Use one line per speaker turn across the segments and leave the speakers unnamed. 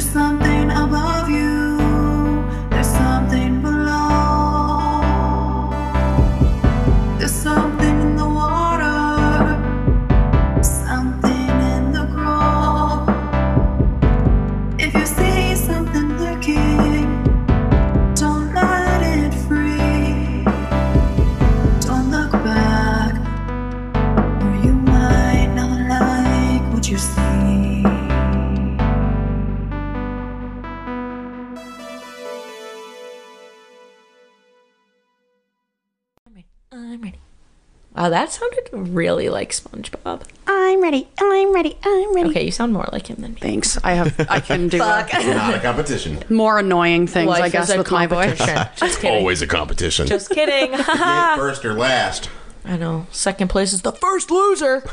something above you. There's something below. There's something in the water. Something in the grove. If you see something lurking, don't let it free. Don't look back, or you might not like what you see.
I'm ready. Wow, that sounded really like SpongeBob.
I'm ready. I'm ready. I'm ready.
Okay, you sound more like him than me.
Thanks. I have. I can do uh,
Not a competition.
more annoying things,
Life
I
is
guess,
a
with my voice.
competition. Just kidding.
a competition.
Just Ah. kidding.
Get first or last.
I know. Second place is the first loser.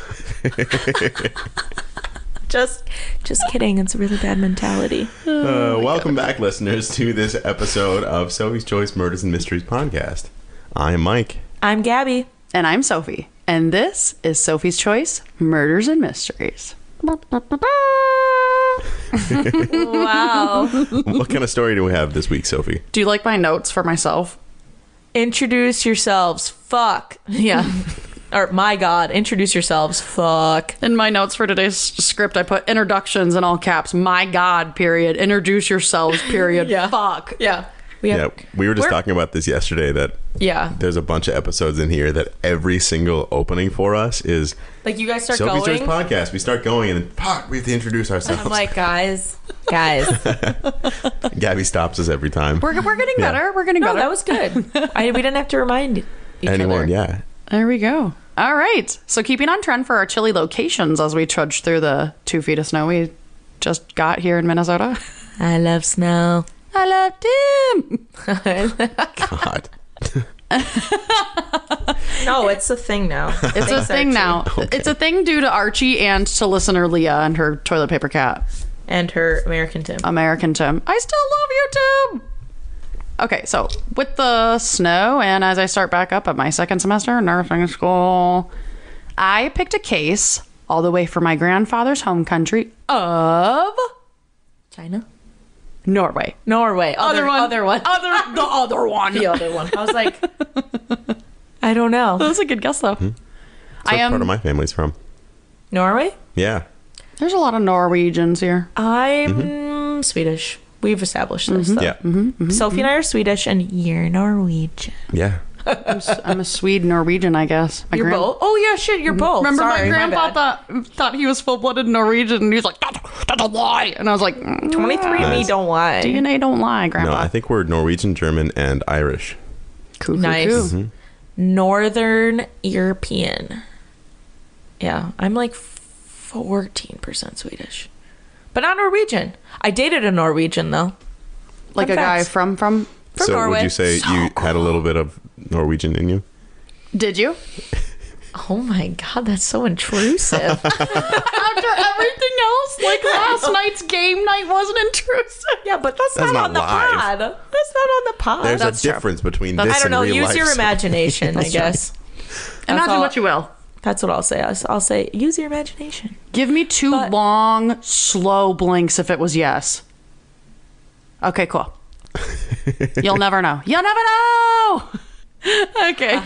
just, just kidding. It's a really bad mentality.
Uh, welcome back, listeners, to this episode of Sophie's Choice Murders and Mysteries podcast. I am Mike.
I'm Gabby.
And I'm Sophie, and this is Sophie's Choice: Murders and Mysteries.
Wow.
what kind of story do we have this week, Sophie?
Do you like my notes for myself?
introduce yourselves. Fuck. Yeah. or my God, introduce yourselves. Fuck.
In my notes for today's script, I put introductions in all caps. My God, period. Introduce yourselves, period.
Yeah.
Fuck.
Yeah. We
Yeah,
have,
we were just
We're-
talking about this yesterday that
yeah.
there's a bunch of episodes in here that every single opening for us is
Like you guys start
Sophie's
going.
Choice podcast. We start going and then pop, we have to introduce ourselves.
I'm like, guys, guys.
Gabby stops us every time.
We're, we're getting
Yeah.
better. We're getting
No,
better.
Oh, that was good. I, we didn't have to remind each
Anyone,
other.
yeah.
There we go. All right. So keeping on trend for our chilly locations as we trudge through the two feet of snow we just got here in Minnesota.
I love snow.
I love Tim.
God.
No, it's a thing now.
It's a thing now. It's a thing due to Archie and to listener Leah and her toilet paper cat,
And her American Tim.
American Tim. I still love you, Tim. Okay, so with the snow and as I start back up at my second semester in nursing school, I picked a case all the way from my grandfather's home country of
China?
Norway.
Norway. Other,
one.
Other one.
Other the other one.
the other one. I was like, I don't know.
That's a good guess though. I
That's Hmm. part of
am.
my family's from.
Norway?
Yeah.
There's a lot of Norwegians here.
I'm Swedish. We've established this. Though.
Mm-hmm. Yeah.
Mm-hmm.
Sophie and I are Swedish, and you're Norwegian.
Yeah.
I'm, s- I'm a Swede Norwegian, I guess. My
You're
gran-
both. Oh yeah, shit. You're both.
Mm-hmm. Remember,
Sorry,
my grandpa
bad.
thought thought he was full blooded Norwegian, and he was like, "That's that's a lie," and I was like, mm,
23 me
Nice.
don't lie.
"DNA don't lie, Grandpa."
No, I think we're Norwegian, German, and Irish.
Coo, coo,
Nice.
coo.
Mm-hmm.
Northern European. Yeah, I'm like 14% Swedish. But not Norwegian. I dated a Norwegian though.
Like
Fun
a guy
facts.
from from.
From
so
Norway.
would you say you had a little bit of Norwegian in you?
Did you?
Oh my god, that's so intrusive.
After everything else, like last night's game night wasn't intrusive.
yeah, but that's,
That's
not,
not
on the
live.
pod. That's not on the pod.
There's
that's
a
true.
difference between
That's-
this
I don't
and
know.
real
Use
life.
your imagination, I guess.
Imagine
all-
what you will.
That's what I'll say. I'll, I'll say use your imagination.
Give me two
But-
long, slow blinks if it was yes. Okay, cool. You'll never know. You'll never know. Uh-huh. Okay.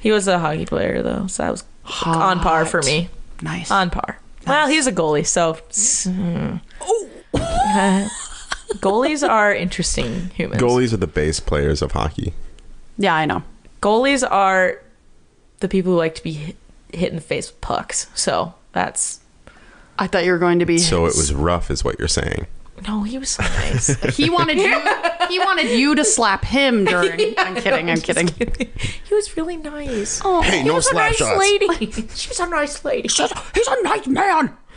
He was a hockey player though, so that was on par for me.
Nice.
On par. Well, he's a goalie, so Uh, goalies are interesting humans.
Goalies are the base players of hockey.
yeah, I know.
Goalies are the people who like to be hit, hit in the face with pucks. So that's
I thought you were going to be.
So it was rough, is what you're saying.
no. He was so nice.
he wanted you. He wanted you to slap him during. I'm kidding. I'm kidding.
he was really nice.
Oh,
Hey, no slap shots.
lady. She was a nice lady.
he's a nice man.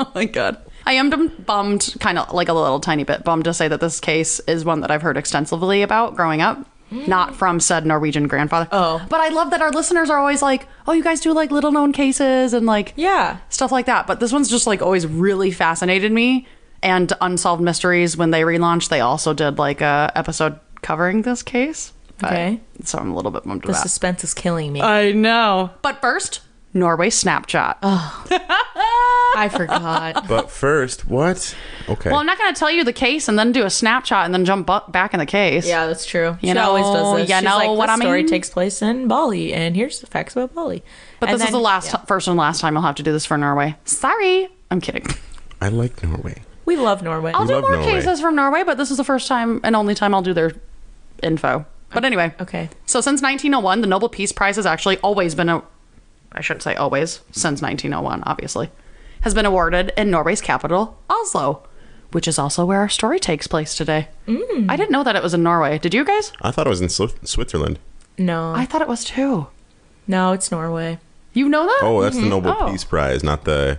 Oh my god. I am dum- bummed, kind of like a little tiny bit bummed to say that this case is one that I've heard extensively about growing up, not from said Norwegian grandfather.
Oh.
But I love that our listeners are always like, oh, you guys do like little known cases and like
Yeah.
stuff like that. But this one's just like always really fascinated me. And Unsolved Mysteries, when they relaunched, they also did like a episode covering this case. But-
Okay.
So I'm a little bit bummed
The
about that.
suspense is killing me.
I know. But first, Norway Snapchat.
I forgot.
But first, what? Okay.
Well, I'm not going to tell you the case and then do a snapshot and then jump bu- back in the case.
Yeah, that's true.
You
she always
know-
does this.
you
She's
know
like,
what
this
I
story
mean?
takes place in Bali, and here's the facts about Bali.
But
And
this is
then-
the last,
yeah.
first and last time I'll have to do this for Norway. Sorry. I'm kidding.
I like Norway.
We love Norway.
I'll do
love
more
Norway.
cases from Norway, but this is the first time and only time I'll do their info. But anyway.
okay.
So since 1901, the Nobel Peace Prize has actually always been a I shouldn't say always, since 1901, obviously, has been awarded in Norway's capital, Oslo, which is also where our story takes place today. I didn't know that it was in Norway. Did you guys?
I thought it was in Swi- Switzerland.
No,
I thought it was too.
no, it's Norway.
You know that?
Oh, that's the Nobel
Oh.
Peace Prize, not the um,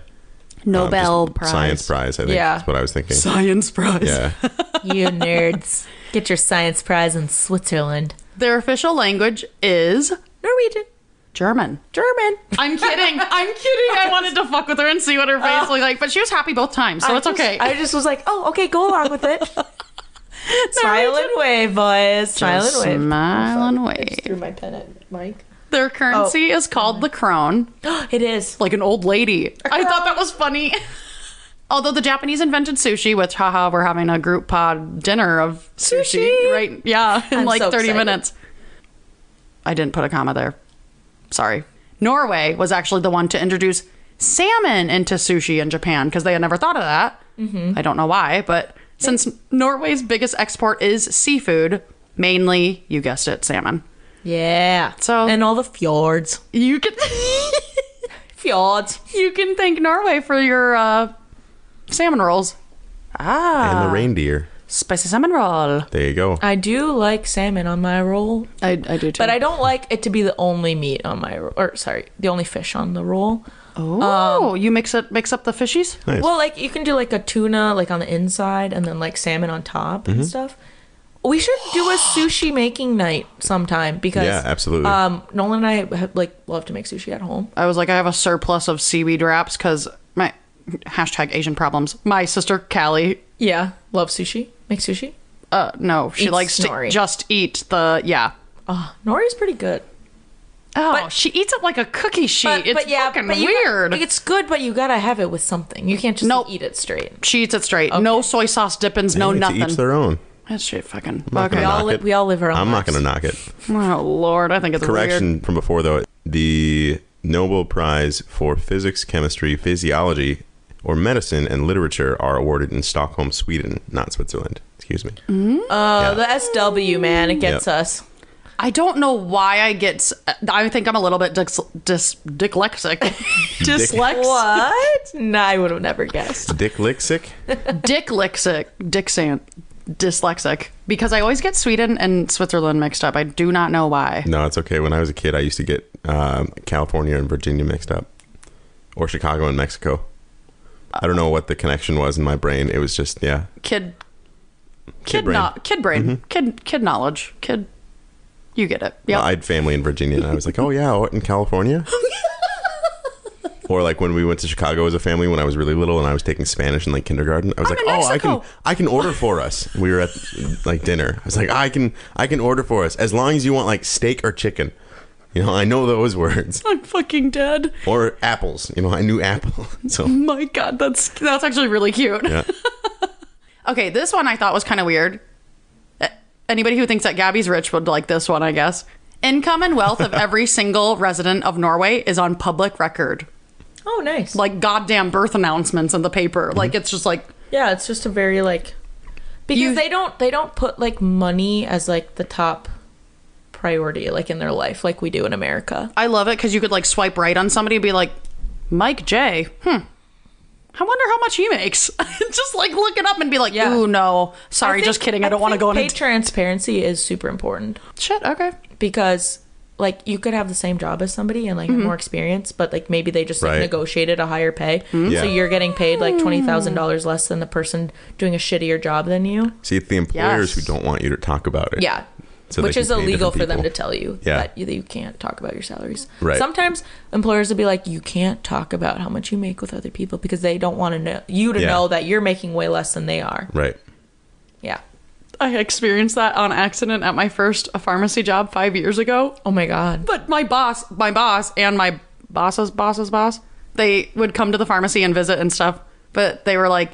just
Nobel Prize.
Science Prize. I think
Yeah.
that's what I was thinking.
Science Prize.
Yeah.
You nerds, get your science prize in Switzerland.
Their official language is
Norwegian,
German.
German.
I'm kidding. I'm kidding. I wanted to fuck with her and see what her face looked like, but she was happy both times, so it's
I just-
okay.
I just was like, oh, okay, go along with it. Smile and wave, boys. Smile
Just
and wave.
Smile and wave.
Threw my pen at Mike.
Their currency is called the krone,
It is.
like an old lady. I thought that was funny. Although the Japanese invented sushi, which haha, we're having a group pod dinner of sushi,
Sushi!
right? Yeah, in
I'm
like
so
30
excited.
minutes. I didn't put a comma there. Sorry. Norway was actually the one to introduce salmon into sushi in Japan because they had never thought of that.
Mm-hmm.
I don't know why, but since Norway's biggest export is seafood, mainly, you guessed it, salmon.
Yeah.
So-
and all the fjords,
You can
fjords.
you can thank Norway for your uh, salmon rolls. Ah,
and the reindeer.
spicy salmon roll.
There you go.
I do like salmon on my roll,
I, I do too.
but I don't like it to be the only meat on my roll. Or sorry, the only fish on the roll.
oh, you mix it mix up the fishies.
Nice.
Well, like you can do like a tuna like on the inside and then like salmon on top
Mm-hmm.
and stuff. We should do a sushi making night sometime because
Yeah, absolutely.
Um, Nolan and I have, like love to make sushi at home.
I was like, I have a surplus of seaweed wraps because my hashtag Asian problems. My sister Callie,
Yeah, love sushi. Make sushi.
uh, no, she
Eats
likes to
nori.
just eat the yeah.
Oh, nori's pretty good.
Oh,
But-
she eats it like a cookie sheet. it's fucking
you got-
weird.
it's good, but you gotta have it with something. You can't just
Nope.
eat it straight.
she eats it straight. No soy sauce dippings. No
Hey,
nothing.
To each their own.
That shit fucking.
I'm not
Okay.
gonna
all
knock
li-
it.
we all live our own
I'm not
lives.
going to knock it.
Oh lord, I think it's
Correction
Weird.
from before though. The Nobel Prize for Physics, Chemistry, Physiology, or Medicine and Literature are awarded in Stockholm, Sweden, not Switzerland. Excuse me.
Uh,
Yeah.
the SW man, it gets
Yep.
us.
I don't know why I get. s- I think I'm a little bit dys, dys, dyslexic. Dyslex.
What? nah, I would have never guessed.
Dick Lixic.
Dyslexic. Dixant. Dyslexic. Because I always get Sweden and Switzerland mixed up. I do not know why.
No, it's okay. When I was a kid, I used to get um, California and Virginia mixed up, or Chicago and Mexico. I don't know what the connection was in my brain. It was just yeah,
Kid. Kid.
Kid brain. Mm-hmm.
kno- kid brain. Kid. Kid knowledge. Kid. You get it. Yeah.
Well, I had family in Virginia, and I was like, oh yeah, what in California? or like when we went to Chicago as a family when I was really little, and I was taking Spanish in like kindergarten. I was
I'm
like,
in
oh, I
Mexico."
can I can order for us. We were at like dinner. I was like, I can I can order for us as long as you want like steak or chicken. You know, I know those words
I'm fucking dead.
or apples. You know, I knew apple. So
My God, that's that's actually really cute.
yeah.
Okay, this one I thought was kind of weird. Uh, Anybody who thinks that Gabby's rich would like this one, I guess. Income and wealth of every single resident of Norway is on public record.
Oh, nice.
Like goddamn birth announcements in the paper. Like it's just like
Yeah, it's just a very like because
You-
they don't they don't put like money as like the top priority like in their life like we do in America.
I love it because you could like swipe right on somebody and be like, Mike J. Hmm. I wonder how much he makes. just like look it up and be like,
Yeah.
ooh no, sorry,
think-
just kidding. I don't want to
think
go
Pay
into
transparency is super important
shit. Okay,
because like you could have the same job as somebody and like have more experience, but like maybe they just like
Right.
negotiated a higher pay,
Yeah.
so you're getting paid like twenty thousand dollars less than the person doing a shittier job than you.
See, it's the employers
Yes.
who don't want you to talk about it.
Yeah.
So they
Which
can
is
pay
illegal for them
different
to
people.
tell you
Yeah.
that you, that you can't talk about your salaries.
Right.
Sometimes employers will be like, you can't talk about how much you make with other people because they don't want to know you to
Yeah.
know that you're making way less than they are.
Right.
Yeah.
I experienced that on accident at my first pharmacy job five years ago.
Oh my god.
But my boss, my boss, and my boss's boss's boss they would come to the pharmacy and visit and stuff, but they were like,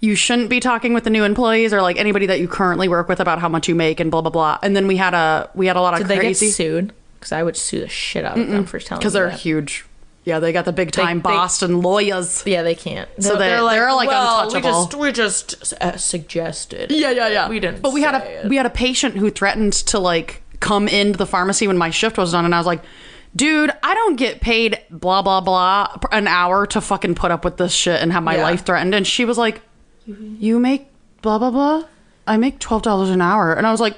you shouldn't be talking with the new employees or like anybody that you currently work with about how much you make and blah blah blah. And then we had a we had a lot of
Did they
crazy
get sued? Because I would sue the shit out of them for telling
because they're
me that.
huge. Yeah, they got the big time
they-
Boston lawyers.
Yeah, they can't.
So they- they're, like,
well,
untouchable."
We just we just uh, suggested.
Yeah, yeah, yeah.
We didn't.
But we had
say
a
it.
we had a patient who threatened to like come into the pharmacy when my shift was done, and I was like, "Dude, I don't get paid blah blah blah per- an hour to fucking put up with this shit and have my
Yeah.
life threatened." And she was like, "You make blah blah blah." I make twelve dollars an hour, and I was like,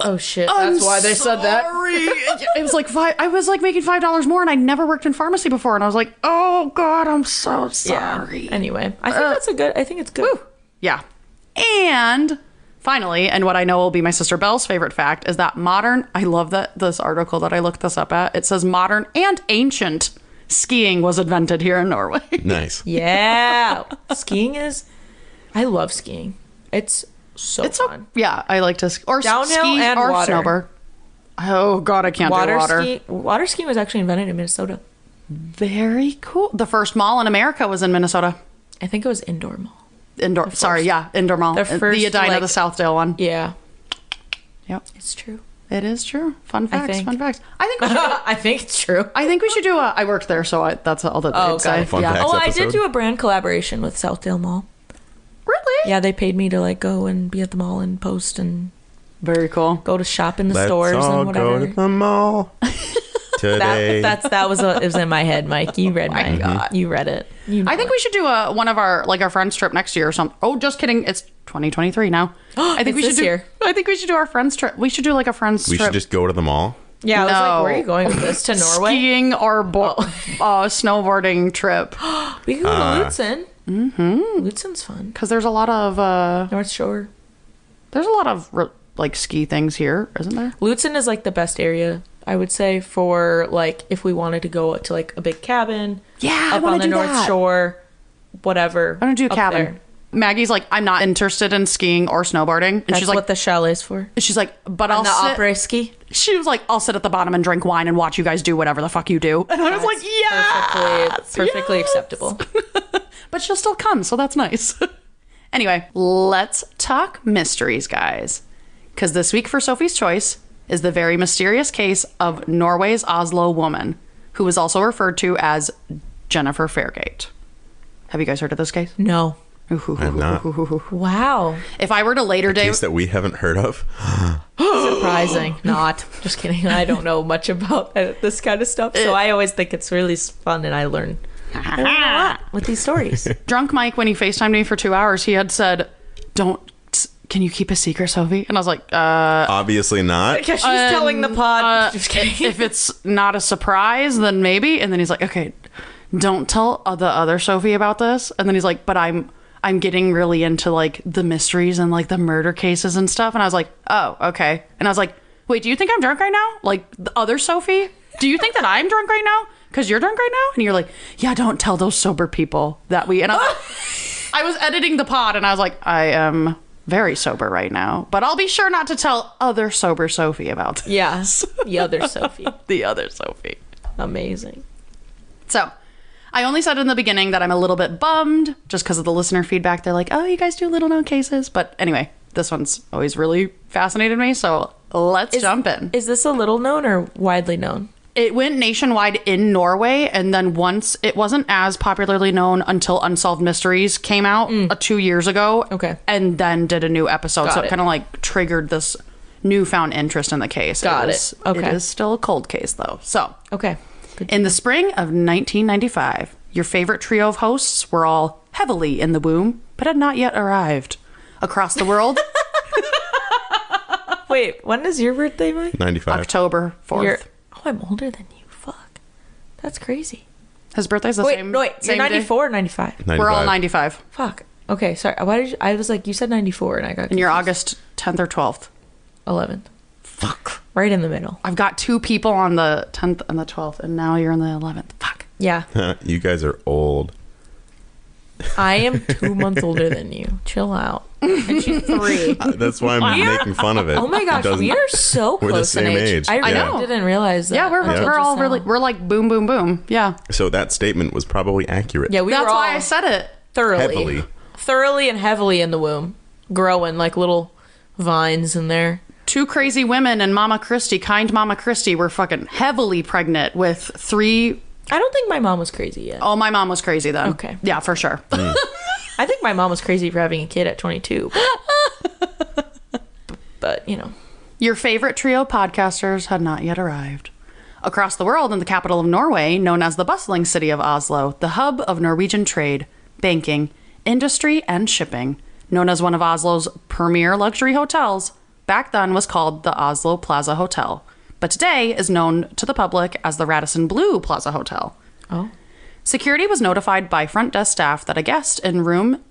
Oh shit! That's why they said that.
Sorry. it was like five. I was like making five dollars more, and I never worked in pharmacy before, and I was like, "Oh God, I'm so sorry."
Yeah. Anyway, I
Uh,
think that's a good. I think it's good.
Yeah. And finally, and what I know will be my sister Belle's favorite fact is that modern, I love that this article that I looked this up at, it says modern and ancient skiing was invented here in Norway.
Nice.
Yeah, skiing is. I love skiing. It's so
It's so,
fun.
yeah, I like to ski or s-
Downhill
ski
and
or
water.
snowboard. Oh God, I can't do
water,
water.
ski. Water skiing was actually invented in Minnesota.
Very cool. The first mall in America was in Minnesota.
I think it was indoor mall.
Indoor, sorry, yeah, indoor mall. Uh,
The
The,
first,
Edina,
like-
the Southdale one.
Yeah,
Yep,
it's true.
it is true. Fun facts.
think.
Fun facts. I think we should,
I think it's true.
I think we should do. A, I worked there, so I, that's all that
Oh,
I'd
got
say.
it.
Fun fact.
Oh,
Next
I did
episode.
do a brand collaboration with Southdale Mall.
Really?
Yeah, they paid me to like go and be at the mall and post and
Very cool.
go to shop in the
Let's
stores
all
and
go
whatever.
to the mall
That,
today.
that's that was a, it was in my head, Mike. You
Oh
read my,
God.
you read it. You know
I think
it.
we should do a one of our like our friends trip next year or something. Oh, just kidding. It's 2023 now. I
It's
think we should
this
do.
year.
I think we should do our friends trip. We should do like a friends
we
trip.
should just go to the mall.
yeah. I was like, where are
No.
you going with this to Norway? Oh.
skiing or bo- uh, snowboarding trip
We can go to Lutzen. Mm-hmm. Lutzen's fun.
because there's a lot of uh,
North Shore.
there's a lot of re- like ski things here, isn't there?
Lutzen is like the best area I would say for like if we wanted to go to like a big cabin.
Yeah, I
up
wanna
on the
do
North
that.
Shore, whatever.
I'm gonna do a
up
cabin.
there.
Maggie's like, I'm not interested in skiing or snowboarding, and
That's
she's like,
what the chalet's for.
she's like, but I'll
And the
sit.
opera ski.
She was like, I'll sit at the bottom and drink wine and watch you guys do whatever the fuck you do, and I was like, yeah,
perfectly, perfectly acceptable.
but she'll still come, so that's nice. anyway, let's talk mysteries, guys. Because this week for Sophie's Choice is the very mysterious case of Norway's Oslo woman, who is also referred to as Jennifer Fairgate. Have you guys heard of this case?
No.
I'm not.
Wow.
If I were to later day,
Case that we haven't heard of.
Surprising. Not. Just kidding. I don't know much about uh, this kind of stuff, so I always think it's really s- fun and I learn, I learn a lot with these stories.
drunk Mike, when he FaceTimed me for two hours, he had said, Don't, can you keep a secret, Sophie? And I was like, uh,
Obviously not.
Because she's telling the pod. just kidding.
if it's not a surprise, then maybe. And then he's like, okay, don't tell o- the other Sophie about this. And then he's like, but I'm I'm getting really into like the mysteries and like the murder cases and stuff. And I was like, oh, okay. And I was like, wait, do you think I'm drunk right now? Like the other Sophie? Do you think that I'm drunk right now? Because you're drunk right now? And you're like, yeah, don't tell those sober people that we. And I was, like- I was editing the pod and I was like, I am very sober right now, but I'll be sure not to tell other sober Sophie about this.
yeah. The other Sophie.
The other Sophie.
Amazing.
So I only said in the beginning that I'm a little bit bummed just because of the listener feedback. They're like, oh, you guys do little known cases. But anyway, this one's always really fascinated me. So let's jump in.
Is this a little known or widely known?
It went nationwide in Norway. And then once it wasn't as popularly known until Unsolved Mysteries came out uh, two years ago.
Mm. Okay.
And then did a new episode. so it,
it.
kind of like triggered this newfound interest in the case.
Got it.
is-
Okay.
It is still a cold case, though. So
Okay. Good.
in the spring of 1995, your favorite trio of hosts were all heavily in the womb, but had not yet arrived. Across the world,
Wait, when is your birthday, Mike?
95.
October 4th.
You're, oh, I'm older than you. Fuck. That's crazy.
His birthday's the
Wait,
same.
no, wait. You're
same day.
94 or 95?
95.
We're all 95,
Fuck. Okay, sorry. Why did you, I was like, you said 94 and I got
and you're
confused.
August 10th or 12th.
11th.
Fuck.
Right in the middle.
I've got two people on the 10th and the 12th, and now you're on the 11th. Fuck.
Yeah.
you guys are old.
I am two months older than you. Chill out. And she's three.
That's why I'm making fun of it.
Oh my
It
gosh,
doesn't-
we are so
We're the
close in
same
age.
age,
I really
yeah.
didn't realize that.
Yeah, we're,
until
we're
just
all
now.
really we're like boom, boom, boom. Yeah,
So that statement was probably accurate.
Yeah, we
that's
were all
why I said it.
thoroughly,
Heavily.
thoroughly and heavily in the womb, growing like little vines in there.
Two crazy women and Mama Christie, kind Mama Christie, were fucking heavily pregnant with three
I don't think my mom was crazy yet.
Oh, my mom was crazy then.
Okay.
Yeah, for sure.
I think my mom was crazy for having a kid at 22. but- but you know,
Your favorite trio podcasters had not yet arrived. Across the world, in the capital of Norway, known as the bustling city of Oslo, the hub of Norwegian trade, banking, industry, and shipping, known as one of Oslo's premier luxury hotels, back then was called the Oslo Plaza Hotel, but today is known to the public as the Radisson Blue Plaza Hotel.
oh,
Security was notified by front desk staff that a guest in room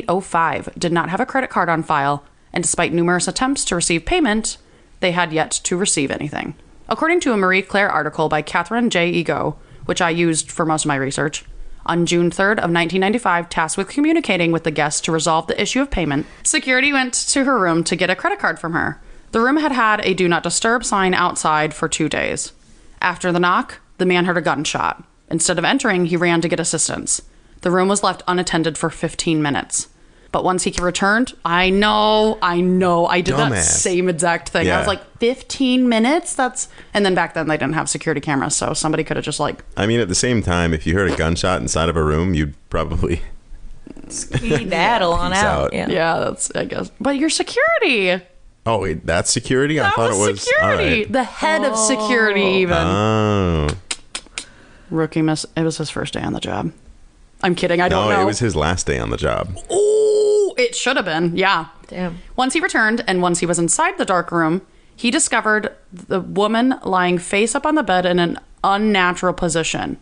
2805 did not have a credit card on file, and despite numerous attempts to receive payment, they had yet to receive anything. According to a Marie Claire article by Catherine J. Ego, which I used for most of my research, on June 3rd of 1995, tasked with communicating with the guest to resolve the issue of payment, security went to her room to get a credit card from her. The room had had a do not disturb sign outside for two days. After the knock, the man heard a gunshot. Instead of entering, he ran to get assistance. The room was left unattended for 15 minutes. But once he returned, I know, I know, I did that
Dumbass.
same exact thing. I was
Yeah.
like, 15 minutes? That's. And then back then, they didn't have security cameras, so somebody could have just like.
I mean, at the same time, if you heard a gunshot inside of a room, you'd probably.
we battle on
Peace
out.
out.
Yeah.
Yeah, that's, I guess. But your security.
Oh wait, that's security. I
That
thought
was,
it was all
security.
right.
The head of security, even.
Oh
Rookie miss. It was his first day on the job. I'm kidding. I don't
no,
know.
Oh, it was his last day on the job.
Oh, it should have been. Yeah.
Damn.
Once he returned and once he was inside the dark room, he discovered the woman lying face up on the bed in an unnatural position.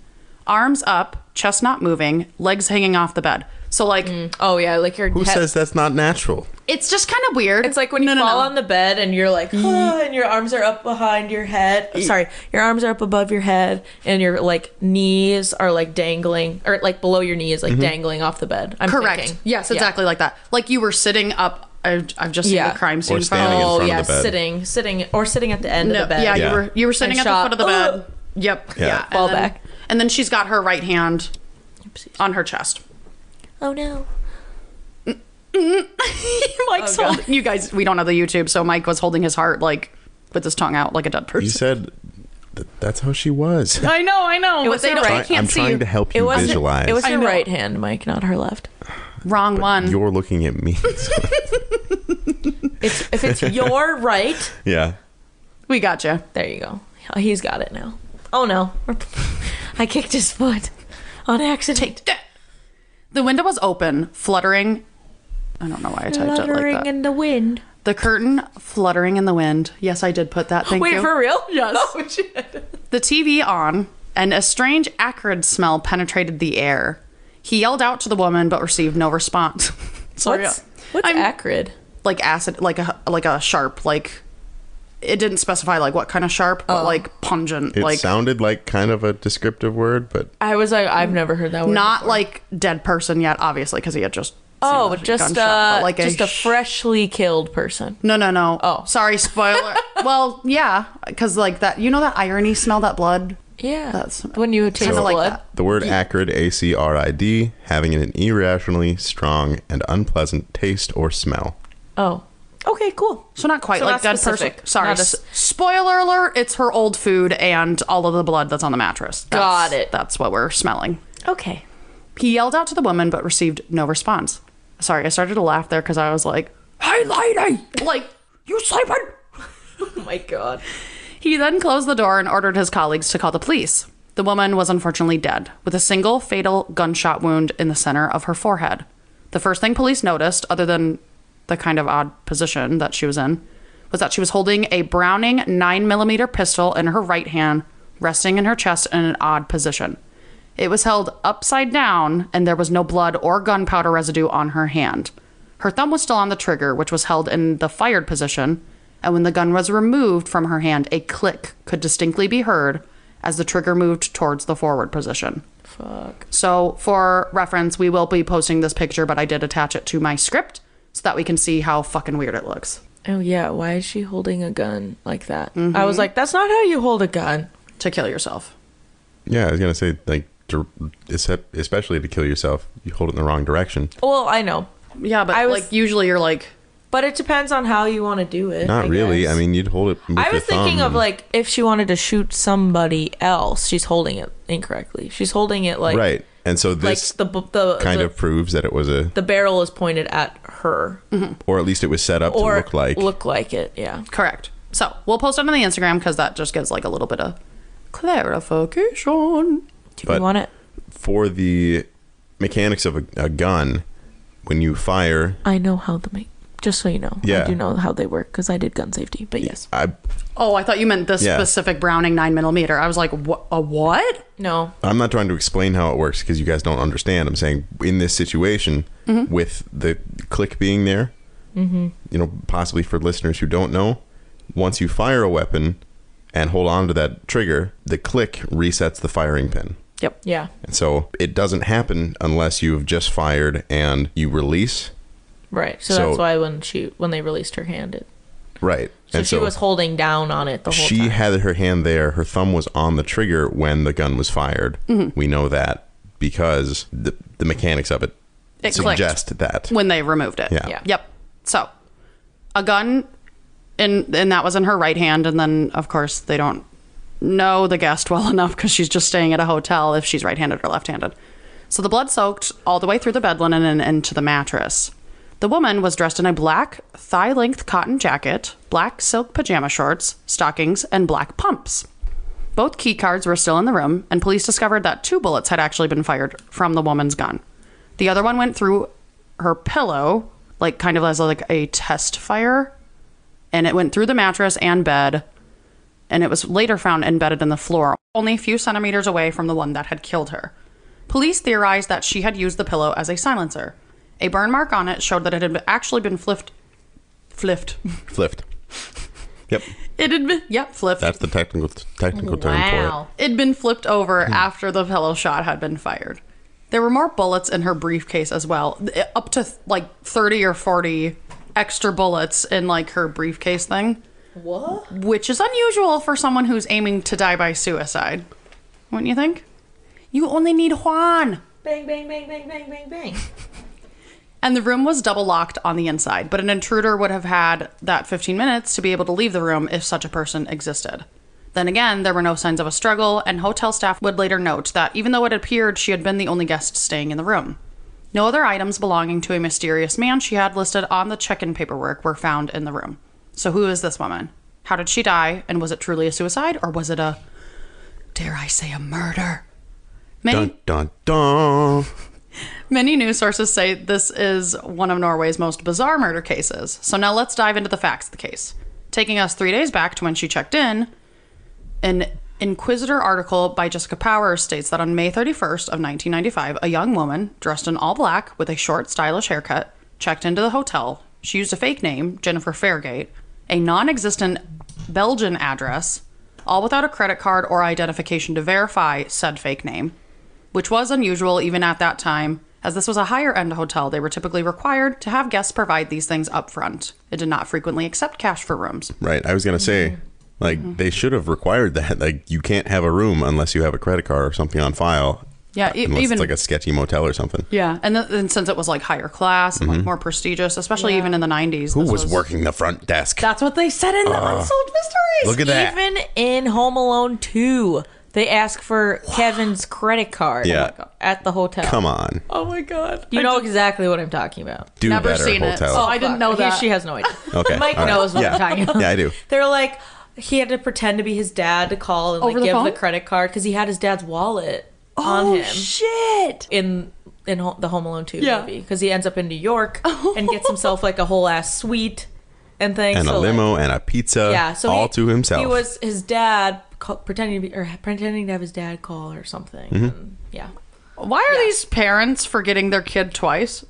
Arms up, chest not moving, legs hanging off the bed. So like
Oh yeah, like your
Who
head-
says that's not natural?
it's just kind of weird.
It's like when you fall on the bed and you're like, "Ah," and your arms are up behind your head. Oh, Sorry, your arms are up above your head, and your like knees are like dangling, or like below your knees, like
Mm-hmm.
dangling off the bed. I'm
Correct.
thinking.
Yes,
Yeah.
exactly like that. Like you were sitting up I've, I've just seen
Yeah.
the crime scene
Or
photo.
standing in
Oh
front of
yeah,
the bed.
sitting, sitting, or sitting at the end
No,
of the bed.
Yeah,
Yeah.
you were you were sitting
And
at the foot of
shot.
the bed. Yep. Yeah.
Yeah.
And
Fall
then-
back.
And then she's got her right hand on her chest.
Oh no.
Mike's
Oh, God.
holding. You guys, we don't have the YouTube, so Mike was holding his heart like with his tongue out like a dead person.
You said that that's how she was.
I know, I know. but
was
they
her
don't.
right-
I
I
can't
I'm
see
trying
you.
to help
It
you
was
visualize.
It was
I
her
know.
right hand, Mike, not her left.
Wrong one.
You're looking at me.
It's if it's your right,
yeah.
we got you.
there you go. He's got it now. Oh no, I kicked his foot on accident.
The window was open, fluttering. I don't know why I typed it
Fluttering
like that.
in the wind.
the curtain fluttering in the wind. Yes, I did put that. Thank
Wait
you.
for real?
Yes.
Oh shit.
the TV on, and a strange acrid smell penetrated the air. He yelled out to the woman, but received no response. Sorry.
What's what's
I'm-
acrid?
like acid like a like a sharp like it didn't specify like what kind of sharp
Oh.
but like pungent
It
like
sounded like kind of a descriptive word, but
I was like, I've never heard that word.
not like dead person yet obviously because he had just
oh,
seen a
just
gunshot,
uh,
but,
just a
sh-
freshly killed person.
no no no
Oh.
sorry spoiler well yeah because like that you know that irony smell that blood
Yeah,
That's-
when you taste
Kinda like
blood.
that.
the word acrid, A C R I D, having an irrationally strong and unpleasant taste or smell.
Oh, okay, cool.
so not quite
So
like
not
dead person
specific.
sorry
Not a
s-
s-
spoiler alert it's her old food and all of the blood that's on the mattress That's-
Got it.
that's what we're smelling
Okay,
He yelled out to the woman but received no response. Sorry, I started to laugh there because I was like, Hey, lady! Like, you sleeping?
oh my god.
He then closed the door and ordered his colleagues to call the police. The woman was unfortunately dead, with a single fatal gunshot wound in the center of her forehead. The first thing police noticed, other than the kind of odd position that she was in, was that she was holding a Browning 9mm pistol in her right hand, resting in her chest in an odd position. It was held upside down, and there was no blood or gunpowder residue on her hand. Her thumb was still on the trigger, which was held in the fired position, and when the gun was removed from her hand, a click could distinctly be heard as the trigger moved towards the forward position.
Fuck.
So, for reference, we will be posting this picture, but I did attach it to my script so that we can see how fucking weird it looks.
Oh yeah, why is she holding a gun like that? I was like, that's not how you hold a gun.
To kill yourself.
Yeah, I was gonna say like, dir- except especially to kill yourself, you hold it in the wrong direction.
Well, I know,
Yeah, but
I was-
like usually you're like,
but it depends on how you want to do it.
Not really.
guess.
I mean, you'd hold it. With
I
your
was thinking of
thumb and-
like if she wanted to shoot somebody else, she's holding it incorrectly. She's holding it like
right, and so
like
this
the bu- the
kind
the,
of proves that it was a,
the barrel is pointed at her
or at least it was set up
or
to look like.
look like it. Yeah,
correct. So, we'll post it on the Instagram because that just gives like a little bit of clarification.
do
But-
you want it?
for the mechanics of a, a gun, when you fire,
I know how the make. Just so you know,
Yeah.
I do know how they work because I did gun safety. But yes,
I,
Oh, I thought you meant this
Yeah.
specific Browning 9 millimeter. I was like, what? A what?
no,
I'm not trying to explain how it works because you guys don't understand. I'm saying in this situation,
Mm-hmm.
with the click being there, you know, possibly for listeners who don't know, once you fire a weapon and hold on to that trigger, the click resets the firing pin.
Yep.
yeah,
And so it doesn't happen unless you've just fired and you release.
right. So,
So-
that's why when she when they released her hand, it
Right.
so
and
she was holding down on it the whole
she
time.
had her hand there. Her thumb was on the trigger when the gun was fired.
Mm-hmm.
We know that because the, the mechanics of it,
It clicked.
suggest that.
When they removed it.
Yeah.
Yeah.
Yep. So, a gun, and and that was in her right hand. And then, of course, they don't know the guest well enough because she's just staying at a hotel if she's right-handed or left-handed. So the blood soaked all the way through the bed linen and into the mattress. The woman was dressed in a black thigh-length cotton jacket, black silk pajama shorts, stockings, and black pumps. Both key cards were still in the room, and police discovered that two bullets had actually been fired from the woman's gun. The other one went through her pillow, like kind of as like a test fire, and it went through the mattress and bed, and it was later found embedded in the floor, only a few centimeters away from the one that had killed her. Police theorized that she had used the pillow as a silencer. A burn mark on it showed that it had actually been flipped. Flipped.
Flipped. Yep.
It had been, yep, flipped.
That's the technical technical term for it.
It'd been flipped over after the pillow shot had been fired. There were more bullets in her briefcase as well, th- uh, up to like 30 or 40 extra bullets in like her briefcase thing,
what?
which is unusual for someone who's aiming to die by suicide. Wouldn't you think? You only need Juan.
Bang bang bang bang bang bang bang.
And the room was double locked on the inside, but an intruder would have had that 15 minutes to be able to leave the room if such a person existed. Then again, there were no signs of a struggle, and hotel staff would later note that even though it appeared she had been the only guest staying in the room, no other items belonging to a mysterious man she had listed on the check in paperwork were found in the room. So, who is this woman? How did she die? And was it truly a suicide, or was it a, dare I say, a murder? Many,
Dun dun dun.
Many news sources say this is one of Norway's most bizarre murder cases. So now let's dive into the facts of the case. Taking us three days back to when she checked in, an Inquisitor article by Jessica Powers states that on May 31st of 1995, a young woman dressed in all black with a short, stylish haircut checked into the hotel. She used a fake name, Jennifer Fairgate, a non-existent Belgian address, all without a credit card or identification to verify said fake name, which was unusual even at that time. As this was a higher end hotel, they were typically required to have guests provide these things up front. It did not frequently accept cash for rooms.
Right. I was gonna say,
Mm-hmm.
like they should have required that. Like you can't have a room unless you have a credit card or something on file.
Yeah, e-
unless
even-
it's like a sketchy motel or something.
Yeah, and then and since it was like higher class and like more prestigious, especially even in the '90s,
Mm-hmm. Who was, working the front desk?
That's what they said in the Unsolved Mysteries.
Uh, Look at that.
Even in Home Alone 2, they ask for Kevin's credit card
Yeah.
at the hotel.
Come on,
oh my god!
You know exactly what I'm talking about.
do
Never
better
seen it.
hotel.
Oh, I didn't
Fuck.
know
He-
that.
she has no idea.
Okay,
Mike
all right.
knows what
Yeah.
I'm talking about.
Yeah, I do.
They're like, he had to pretend to be his dad to call and like,
Over the
give
phone? Oh,
the credit card because he had his dad's wallet on him
shit!
in in Ho- the Home Alone 2
Yeah. Oh.
movie because he ends up in New York and gets himself like a whole ass suite and things.
and a
So, like,
limo and a pizza.
yeah, so
all
he-
to himself.
He was his dad call, pretending to be or pretending to have his dad
Mm-hmm.
call or something. And, yeah,
Why are these parents forgetting their kid twice?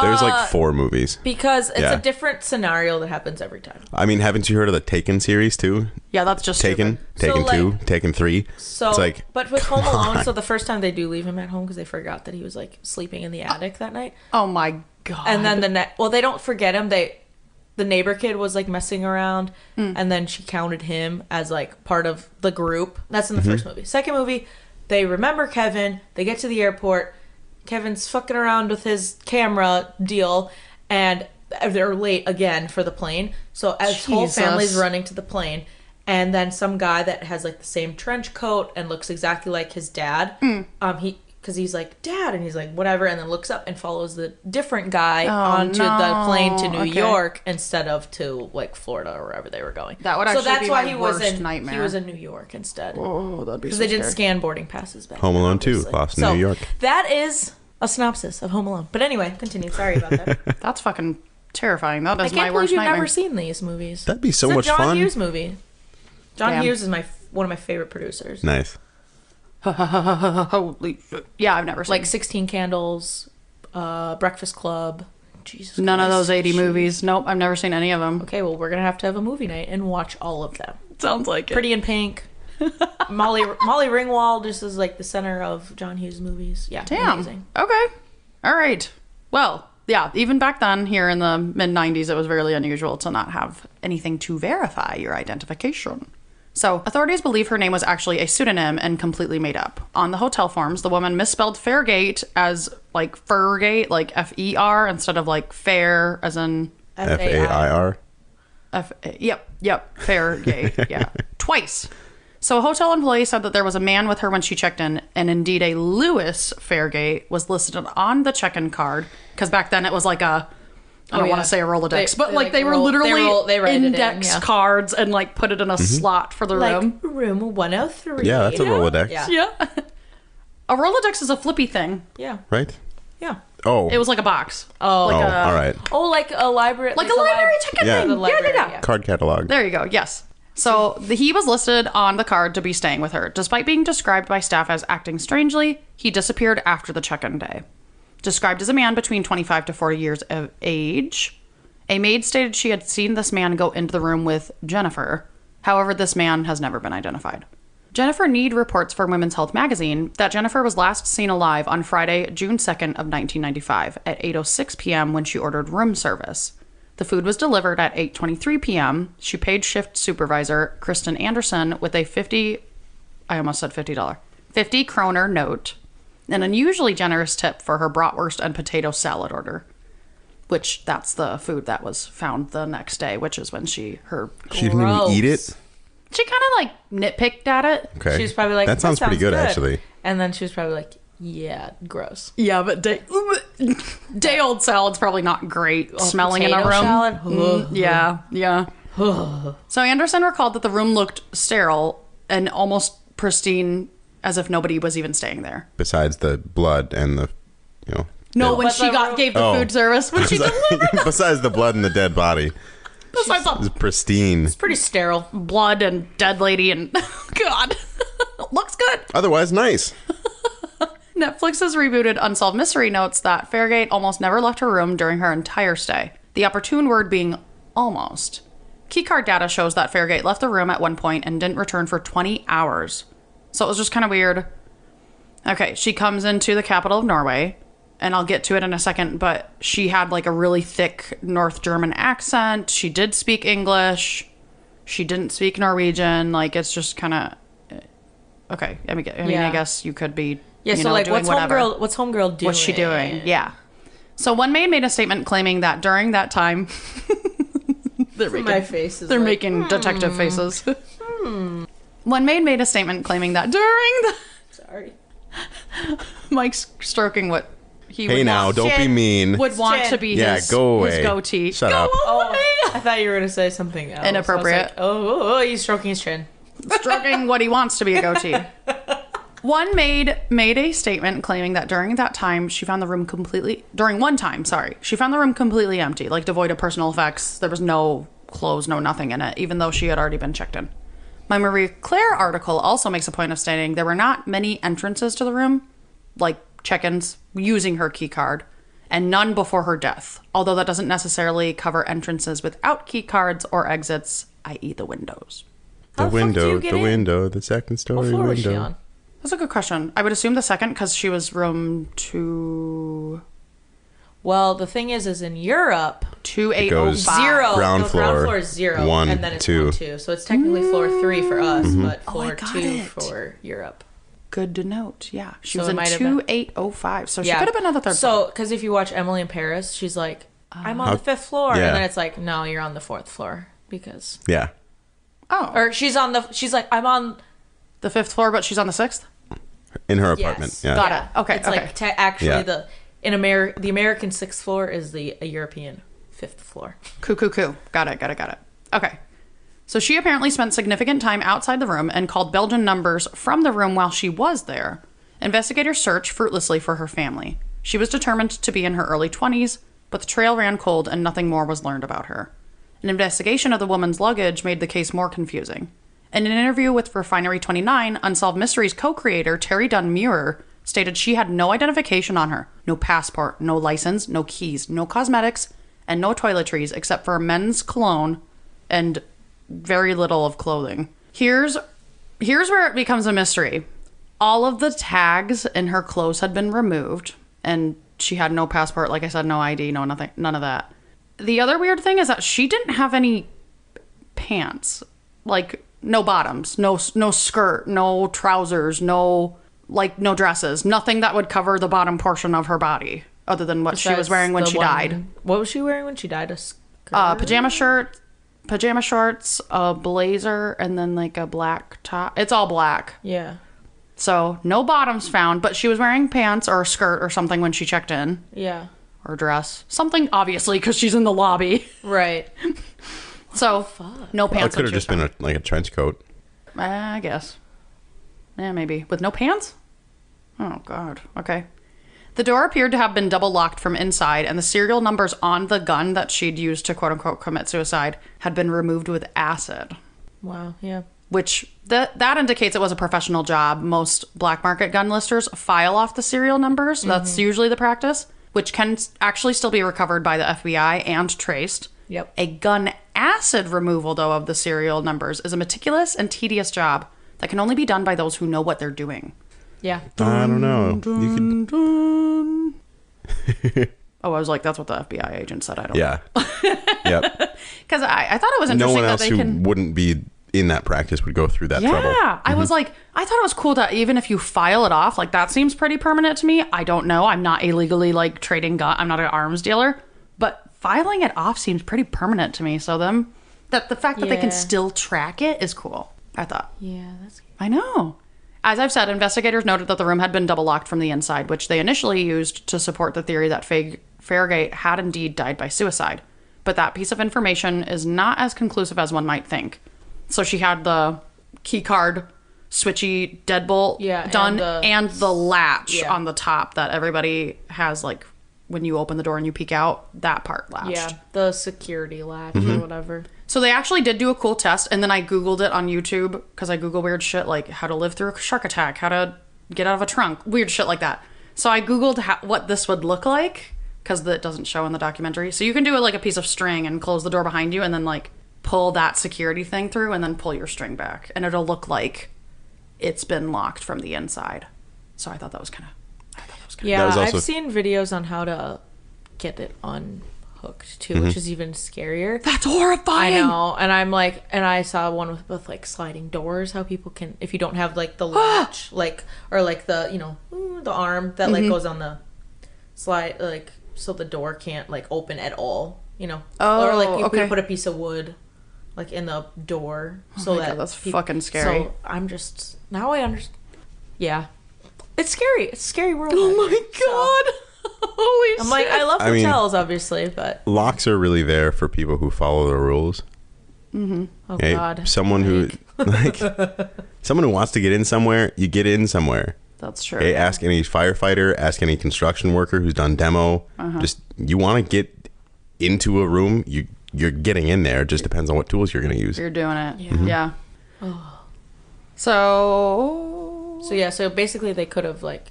There's
uh,
like four movies.
because it's
Yeah.
a different scenario that happens every time.
I mean, haven't you heard of the Taken series too?
Yeah, that's just
Taken,
stupid.
So,
Taken
like-
two, Taken three.
So,
it's like
but with Home Alone, so the first time they do leave him at home because they forgot that he was like sleeping in the attic that night,
Oh my god.
and then the net. Well, they don't forget him. They, the neighbor kid was like messing around,
Hmm.
and then she counted him as like part of the group. That's in the first
Mm-hmm.
movie. Second movie, they remember Kevin. They get to the airport. Kevin's fucking around with his camera deal, and they're late again for the plane. So as whole
Jesus.
family's running to the plane and then some guy that has like the same trench coat and looks exactly like his dad
Mm.
um he because he's like dad and he's like whatever and then looks up and follows the different guy onto the
Oh, no.
plane to new
Okay.
york instead of to like florida or wherever they were going
That would actually be my worst
was in
nightmare.
he was in new york instead because
Oh, that'd be so
they didn't
scary.
scan boarding passes back
Home
then,
Alone 2,
obviously.
lost in New York.
that is a synopsis of home alone but anyway continue sorry about that
That's fucking terrifying. That
i
is my
can't
worst
believe you've
nightmare.
never seen these movies
that'd be so
it's
much
a John
fun.
Hughes movie. John
Damn.
Hughes is my one of my favorite producers.
Nice.
Holy shit. Yeah, I've never seen
Like Sixteen Candles, uh, Breakfast Club. Jesus.
none of
Christ.
those 80 movies. Nope, I've never seen any of them.
Okay, well we're gonna have to have a movie night and watch all of them.
Sounds like it.
Pretty in Pink. Molly Molly Ringwald just is like the center of John Hughes movies. Yeah,
Damn.
amazing.
Okay. All right. Well, yeah, even back then, here in the mid 90s, it was really unusual to not have anything to verify your identification. So, authorities believe her name was actually a pseudonym and completely made up. On the hotel forms, the woman misspelled Fairgate as like Fergate, like F E R, instead of like fair as in
F A I R.
F- eh, yep, yep, fair gay, yeah, twice. So a hotel employee said that there was a man with her when she checked in, and indeed a Lewis Fairgate was listed on the check-in card because back then it was like a I don't
Oh,
want
yeah.
to say a Rolodex,
They-
but
they,
like,
like,
they were
roll- they
literally
roll- they write it in,
index
yeah.
cards and like put it in a slot for the
Like
room.
room one oh three.
Yeah, that's a Rolodex.
Yeah.
Yeah, a Rolodex is a flippy thing.
Yeah.
Right?
Yeah.
Oh.
It was like a box.
Oh,
oh,
like,
a-
all right.
oh, like a library.
Like
there's
a library
lib-
check-in
Yeah.
thing.
The library,
yeah, yeah, yeah.
yeah.
Card catalog.
There you go. Yes. So the, he was listed on the card to be staying with her. Despite being described by staff as acting strangely, he disappeared after the check in day. Described as a man between 25 to 40 years of age, a maid stated she had seen this man go into the room with Jennifer. However, this man has never been identified. Jennifer Need reports for Women's Health magazine that Jennifer was last seen alive on Friday, June 2nd of 1995 at 8:06 p.m. when she ordered room service. The food was delivered at 8:23 p.m. She paid shift supervisor Kristen Anderson with a 50 I almost said $50 50 kroner note, an unusually generous tip for her bratwurst and potato salad order. Which that's the food that was found the next day, which is when she her
She didn't even eat it.
Gross.
she kind of like nitpicked at it.
Okay.
She was probably like,
that sounds, pretty good, actually.
And then she was probably like, yeah, gross.
Yeah, but day, day old salad's probably not great smelling in a
Potato
room.
salad? Mm.
Yeah, yeah. so Anderson recalled that the room looked sterile and almost pristine, as if nobody was even staying there.
Besides the blood and the, you know.
No,
dead-
when
But
she
the
got
room-
gave the
Oh.
food service, when she delivered
Besides the blood and the dead body.
this, I
It's
thought
pristine.
Pretty sterile.
blood and dead lady and God, looks good.
Otherwise, nice.
Netflix has rebooted Unsolved Mystery notes that Fargate almost never left her room during her entire stay, the opportune word being almost. Keycard data shows that Fargate left the room at one point and didn't return for 20 hours. So it was just kind of weird. Okay, she comes into the capital of Norway, and I'll get to it in a second, but she had like a really thick North German accent. She did speak English. She didn't speak Norwegian. Like, it's just kind of. Okay, I mean, I mean,
Yeah.
I guess you could be.
Yeah,
you
so
know,
like,
doing
what's
whatever.
homegirl? What's homegirl doing?
What's she doing? Yeah. So one maid made a statement claiming that during that time, they're making,
My face is.
they're
like, hmm.
making detective faces. One maid made a statement claiming that during
Sorry.
the Mike's stroking what he
Hey
would
now,
want,
don't be
Shit.
mean.
would want
Shit.
to be
Yeah,
his,
go
his
away.
goatee.
Shut
go
up.
Oh,
away.
I thought you were gonna say something else. I was
Inappropriate.
like, oh, oh, oh, he's stroking his chin.
stroking what he wants to be a goatee. One maid made a statement claiming that during that time she found the room completely during one time, sorry, she found the room completely empty, like devoid of personal effects. There was no clothes, no nothing in it, even though she had already been checked in. My Marie Claire article also makes a point of stating there were not many entrances to the room, like check-ins using her key card. and none before her death, although that doesn't necessarily cover entrances without key cards or exits, i.e., the windows.
How
The
the fuck do
window,
you get
the
in?
window, the second
What
story
floor
window.
was she on?
That's a good question. I would assume the second because she was room two
Well, the thing is, is in Europe,
two eight oh
goes
zero.
Ground
the
floor,
ground floor is zero.
one,
and then it's
two. Mm-hmm.
one, two. So it's technically floor three for us, but
Oh, I
floor
got
two
it.
for Europe.
Good to note. Yeah, she
So
was
it
in
might have
two eight oh five, so
yeah.
she could have been on the third. floor.
So, because if you watch Emily in Paris, she's like, I'm on
How-
the fifth floor.
Yeah.
And then it's like, no, you're on the fourth floor. Because,
Yeah.
oh,
or she's on the, she's like, I'm on,
the fifth floor, but she's on the sixth.
In her
Yes.
apartment. Yeah.
Got it. Okay,
It's
okay.
like te- actually
Yeah.
the in America the American sixth floor is the a European fifth floor.
Coo, coo, coo. Got it, got it, got it. Okay. So she apparently spent significant time outside the room and called Belgian numbers from the room while she was there. Investigators searched fruitlessly for her family. She was determined to be in her early 20s, but the trail ran cold and nothing more was learned about her. An investigation of the woman's luggage made the case more confusing. In an interview with Refinery29, Unsolved Mysteries co creator Terry Dunn Muir stated she had no identification on her no passport, no license, no keys, no cosmetics, and no toiletries except for men's cologne and very little of clothing. Here's here's where it becomes a mystery. All of the tags in her clothes had been removed and she had no passport, like I said, no ID, no nothing, none of that. The other weird thing is that she didn't have any pants. Like no bottoms, no no skirt, no trousers, no like no dresses, nothing that would cover the bottom portion of her body other than what she was
Besides
wearing when
the
she
one-
died
What was she wearing when she died? A skirt?
uh, pajama shirt, pajama shorts, a blazer, and then like a black top. It's all black,
Yeah,
so no bottoms found. But she was wearing pants or a skirt or something when she checked in,
yeah,
or a dress, something obviously because she's in the lobby.
right.
So no
Or
pants.
it could
when
have
she was
just been a, like a trench coat.
found. I guess. Yeah, maybe with no pants. Oh God. Okay. The door appeared to have been double locked from inside, and the serial numbers on the gun that she'd used to quote unquote commit suicide had been removed with acid.
Wow. Yeah.
which that that indicates it was a professional job. Most black market gun listers file off the serial numbers. That's usually the practice, which can s- actually still be recovered by the FBI and traced.
Yep.
A gun acid removal though of the serial numbers is a meticulous and tedious job that can only be done by those who know what they're doing.
Yeah.
I don't know. You could,
Oh, I was like, that's what the FBI agent said. I don't.
yeah. yep.
Because I, I thought it was
No
interesting
one
that
else
they
who
can.
wouldn't be in that practice would go through that
Yeah,
trouble. Mm-hmm.
I was like, I thought it was cool that even if you file it off, like that seems pretty permanent to me. I don't know. I'm not illegally like trading gun. I'm not an arms dealer, but filing it off seems pretty permanent to me. So them that the fact that they
Yeah.
can still track it is cool. I thought.
Yeah. That's
I know. As I've said, investigators noted that the room had been double locked from the inside, which they initially used to support the theory that Fag- Farragate had indeed died by suicide. But that piece of information is not as conclusive as one might think. So she had the key card, switchy deadbolt
Yeah, and
done, and
the-
the, latch
Yeah.
on the top that everybody has, like when you open the door and you peek out, that part latched.
yeah. The security latch
Mm-hmm.
or whatever.
So they actually did do a cool test, and then I googled it on YouTube because I Google weird shit like how to live through a shark attack, how to get out of a trunk, weird shit like that. So I googled how, what this would look like because it doesn't show in the documentary. So you can do it like a piece of string and close the door behind you, and then like pull that security thing through, and then pull your string back, and it'll look like it's been locked from the inside. So I thought that was kind of. I thought that was kind
Yeah.
was also-
I've seen videos on how to get it unhooked too,
Mm-hmm.
which is even scarier.
That's horrifying.
I know, and I'm like, and I saw one with, with like sliding doors. How people can, if you don't have like the latch, like or like the you know ooh, the arm that
Mm-hmm.
like goes on the slide, like so the door can't like open at all. You know,
Oh,
or like you
okay. Oh
could put a piece of wood like in the door so
my
that
God, that's
peop-
fucking scary.
So I'm just now I understand. Yeah, it's scary. It's a scary world.
Oh my god! Holy
I'm like, I love
I mean-
hotels, obviously, but
Locks are really there for people who follow the rules.
oh
Hey,
god,
someone who like someone who wants to get in somewhere, you get in somewhere.
That's true.
Hey, ask any firefighter, ask any construction worker who's done demo. Just you want to get into a room, you you're getting in there. It just depends on what tools you're going to use.
You're doing it. Yeah. So
Oh. So yeah, so basically they could have like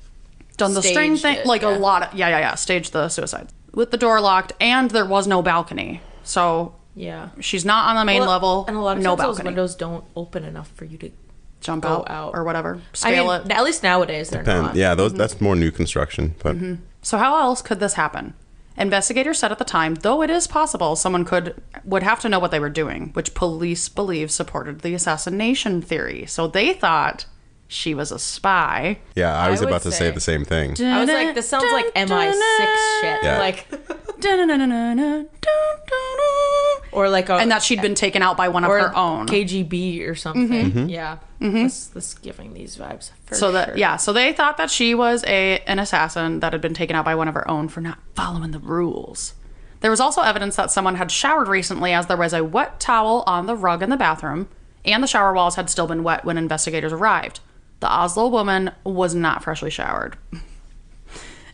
done the string
Staged
thing,
it,
like
yeah.
a lot of yeah, yeah, yeah. Staged the suicide with the door locked, and there was no balcony, so
Yeah.
she's not on the main
Well,
level.
and a lot of
no
times those
balcony.
windows don't open enough for you to.
jump
go
out,
out.
or whatever.
I
Scale
mean,
it.
at least nowadays they're
Pen-
not.
yeah, those that's more new construction, but
So how else could this happen? Investigators said at the time, though it is possible someone could would have to know what they were doing, which police believe supported the assassination theory. So they thought she was a spy.
yeah, I was
would
about to say
say-
the same thing.
I was like, this sounds like MI6 shit.
Yeah.
Like,
Dun-dun-dun-dun-dun, dun-dun-dun.
or like a.
And that she'd been taken out by one of
or
her own.
KGB or something.
Mm-hmm.
Yeah. This, this giving these vibes. For
So that
sure.
yeah, so they thought that she was a an assassin that had been taken out by one of her own for not following the rules. There was also evidence that someone had showered recently as there was a wet towel on the rug in the bathroom and the shower walls had still been wet when investigators arrived. The Oslo woman was not freshly showered.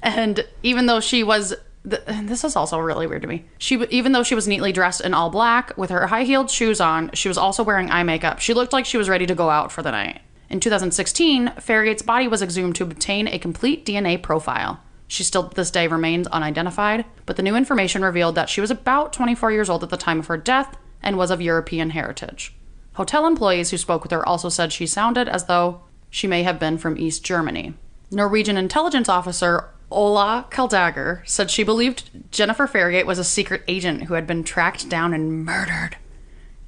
And even though she was, th- and this is also really weird to me. She, w- even though she was neatly dressed in all black with her high heeled shoes on, she was also wearing eye makeup. She looked like she was ready to go out for the night. In 2016, Farragate's body was exhumed to obtain a complete DNA profile. She still to this day remains unidentified, but the new information revealed that she was about 24 years old at the time of her death and was of European heritage. Hotel employees who spoke with her also said she sounded as though she may have been from East Germany. Norwegian intelligence officer Ola Kaldager said she believed Jennifer Farragate was a secret agent who had been tracked down and murdered.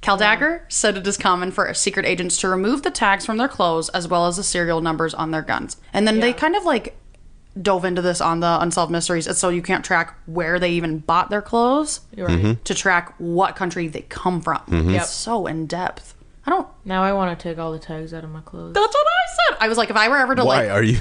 Kaldager said it is common for secret agents to remove the tags from their clothes as well as the serial numbers on their guns. And then they kind of like dove into this on the unsolved mysteries it's so you can't track where they even bought their clothes
Mm-hmm.
to track what country they come from
Yep.
it's so in depth i don't
Now I want to take all the tags out of my clothes.
that's what i said i was like if i were ever to
Why
like
are you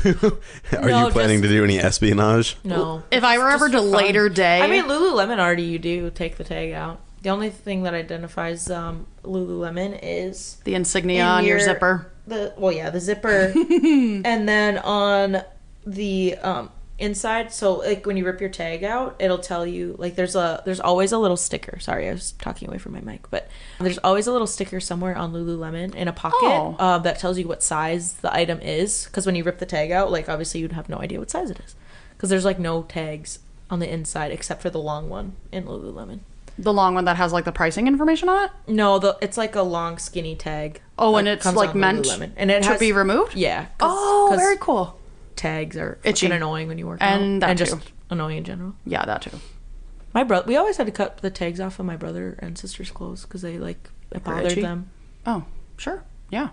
are
No,
you planning
just-
to do any espionage?
No.
if i were ever to later day
I mean, Lululemon already you do take the tag out. The only thing that identifies um, Lululemon is
the insignia on your, zipper
The well, yeah, the zipper, and then on the um, inside. So like when you rip your tag out, it'll tell you like there's a there's always a little sticker. Sorry, I was talking away from my mic, but there's always a little sticker somewhere on Lululemon in a pocket
Oh.
uh, that tells you what size the item is. Because when you rip the tag out, like obviously you'd have no idea what size it is, because there's like no tags on the inside except for the long one in Lululemon.
the long one that has like the pricing information on it
No, the it's like a long skinny tag.
Oh, and
that
it's,
comes
like,
on
meant
Lululemon. and it
to
has-
be removed?
Yeah. 'cause-
oh
'cause
very cool
Tags are
Itchy.
itchy and annoying when you work
And
out,
that
and just
too.
annoying in general.
yeah that too
My brother, we always had to cut the tags off of my brother and sister's clothes because they like it bothered
itchy?
them.
Oh, sure. Yeah.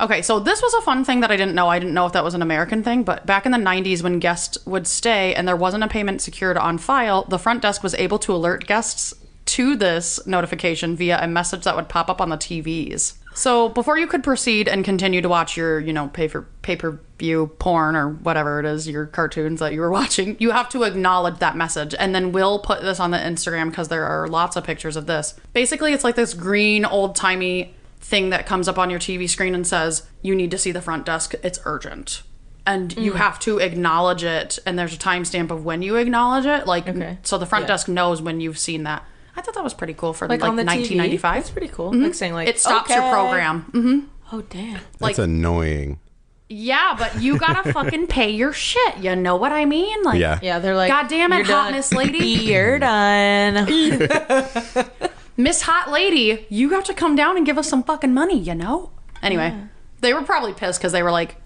okay, so this was a fun thing that I didn't know. I didn't know if that was an American thing, but back in the 90s, when guests would stay and there wasn't a payment secured on file, the front desk was able to alert guests to this notification via a message that would pop up on the TVs. So before you could proceed and continue to watch your, you know, pay for pay per view porn or whatever it is, your cartoons that you were watching, you have to acknowledge that message. And then we'll put this on the Instagram because there are lots of pictures of this. Basically, it's like this green old timey thing that comes up on your TV screen and says, "You need to see the front desk. It's urgent." And you
Mm.
have to acknowledge it, and there's a timestamp of when you acknowledge it. Like,
Okay.
so the front
Yeah.
desk knows when you've seen that. I thought that was pretty cool for
Like,
like,
on the 1995,
1995.
that's pretty cool. Like saying like
Mm-hmm. It stops your
"Okay."
program. Mhm.
Oh damn!
That's annoying.
Yeah, but you gotta fucking pay your shit. You know what I mean? Like,
Yeah.
Yeah, they're like,
God damn it,
"You're
hot
done.
miss lady.
You're done.
miss hot lady, you have to come down and give us some fucking money, you know? Anyway, they were probably pissed because they were like,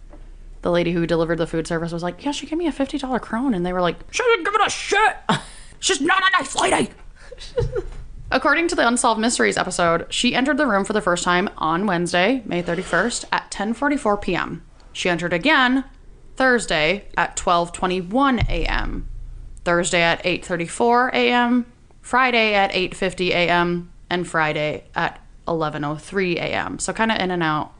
the lady who delivered the food service was like, yeah, she gave me a $50 crone. And they were like, she didn't give it a shit. She's not a nice lady. According to the Unsolved Mysteries episode, she entered the room for the first time on Wednesday, May 31st at 10:44 p.m. She entered again Thursday at 12:21 a.m. Thursday at 8:34 a.m., Friday at 8:50 a.m., and Friday at 11:03 a.m. So kind of in and out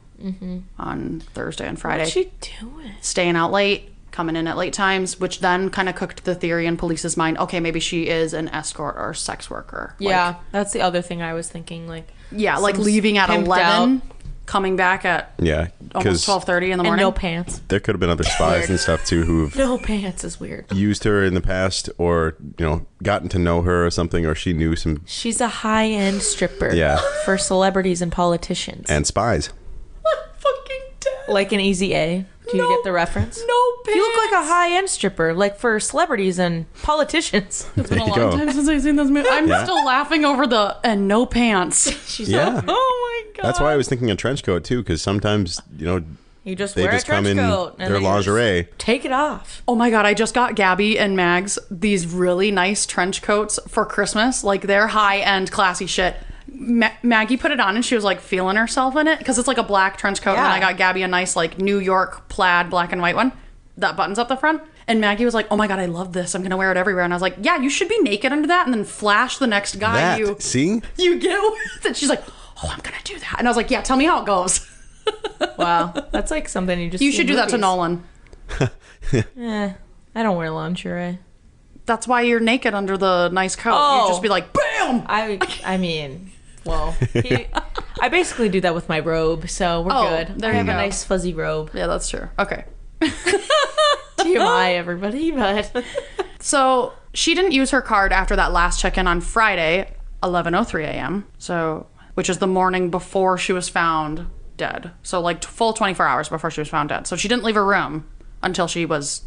on Thursday and Friday
What you doing?
staying out late, coming in at late times, which then kind of cooked the theory in police's mind. Okay, maybe she is an escort or sex worker. Like-
Yeah, that's the other thing I was thinking. Like,
yeah, like
some
leaving at
pimped
eleven, coming back at
Yeah,
almost
because
twelve thirty in the
and
morning.
no pants.
there could have been other spies and stuff too who've
No pants is weird.
used her in the past, or you know, gotten to know her or something, or she knew some
She's a high end stripper.
Yeah.
For celebrities and politicians.
and spies.
fucking dead.
like an easy A. Do you get the reference?
No pants.
You look like a high end stripper, like for celebrities and politicians.
It's been a
There you
long
go.
time since I've seen this movie. I'm
Yeah.
still laughing over the and no pants.
She's
Yeah.
like, oh my god.
That's why I was thinking a trench coat too, because sometimes you know
you just
they
wear
just
a trench
come in
coat
their
then you just
lingerie.
Take it off.
Oh my god! I just got Gabby and Mags these really nice trench coats for Christmas. Like they're high end, classy shit. Ma- Maggie put it on and she was like feeling herself in it because it's like a black trench coat. And
Yeah.
I got Gabby a nice like New York plaid black and white one that buttons up the front. And Maggie was like, "Oh my god, I love this! I'm gonna wear it everywhere." And I was like, "Yeah, you should be naked under that and then flash the next guy
That
Ah, you
see,
you get with." And she's like, "Oh, I'm gonna do that." And I was like, "Yeah, tell me how it goes."
Wow. That's like something you just
You
see
should
in
do that to
movies.
Nolan.
Eh, I don't wear lingerie.
That's why you're naked under the nice coat.
Oh.
You just be like, bam.
I I mean, well, he, I basically do that with my robe, so we're
Oh,
good.
there
I
you
have a
go.
nice fuzzy robe.
Yeah, that's true. Okay.
TMI, everybody, but
So she didn't use her card after that last check-in on Friday, 11:03 a.m. So, which is the morning before she was found dead. So like t- full 24 hours before she was found dead. So she didn't leave her room until she was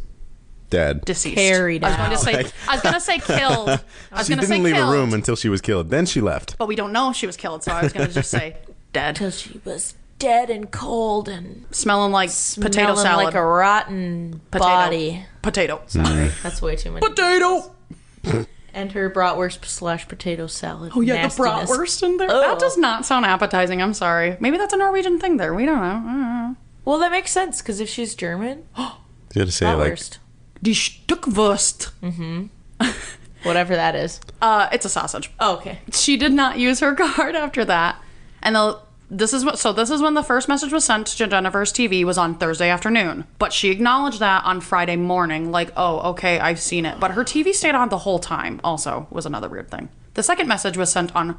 dead.
deceased.
Carried
I was going to
out.
say I was going to say killed. I was
She
going to say
didn't leave
killed,
her room until she was killed. Then she left.
but we don't know if she was killed. So I was going to just say dead,
she was dead and cold and
smelling like potato
smelling
salad.
like a rotten
potato.
body.
Potato.
Mm-hmm.
That's way too much.
Potato.
and her bratwurst slash potato salad.
Oh yeah,
nastiness.
the bratwurst in there.
Ugh.
That does not sound appetizing. I'm sorry. Maybe that's a Norwegian thing. There, we don't know. I don't know.
Well, that makes sense because if she's German,
You had to say like
bratwurst,
Die Stückwurst.
whatever that is.
Uh, it's a sausage.
Oh, okay.
She did not use her card after that, and the, this is what. So this is when the first message was sent to Jennifer's TV was on Thursday afternoon, but she acknowledged that on Friday morning, like, oh, okay, I've seen it. But her TV stayed on the whole time. Also, was another weird thing. The second message was sent on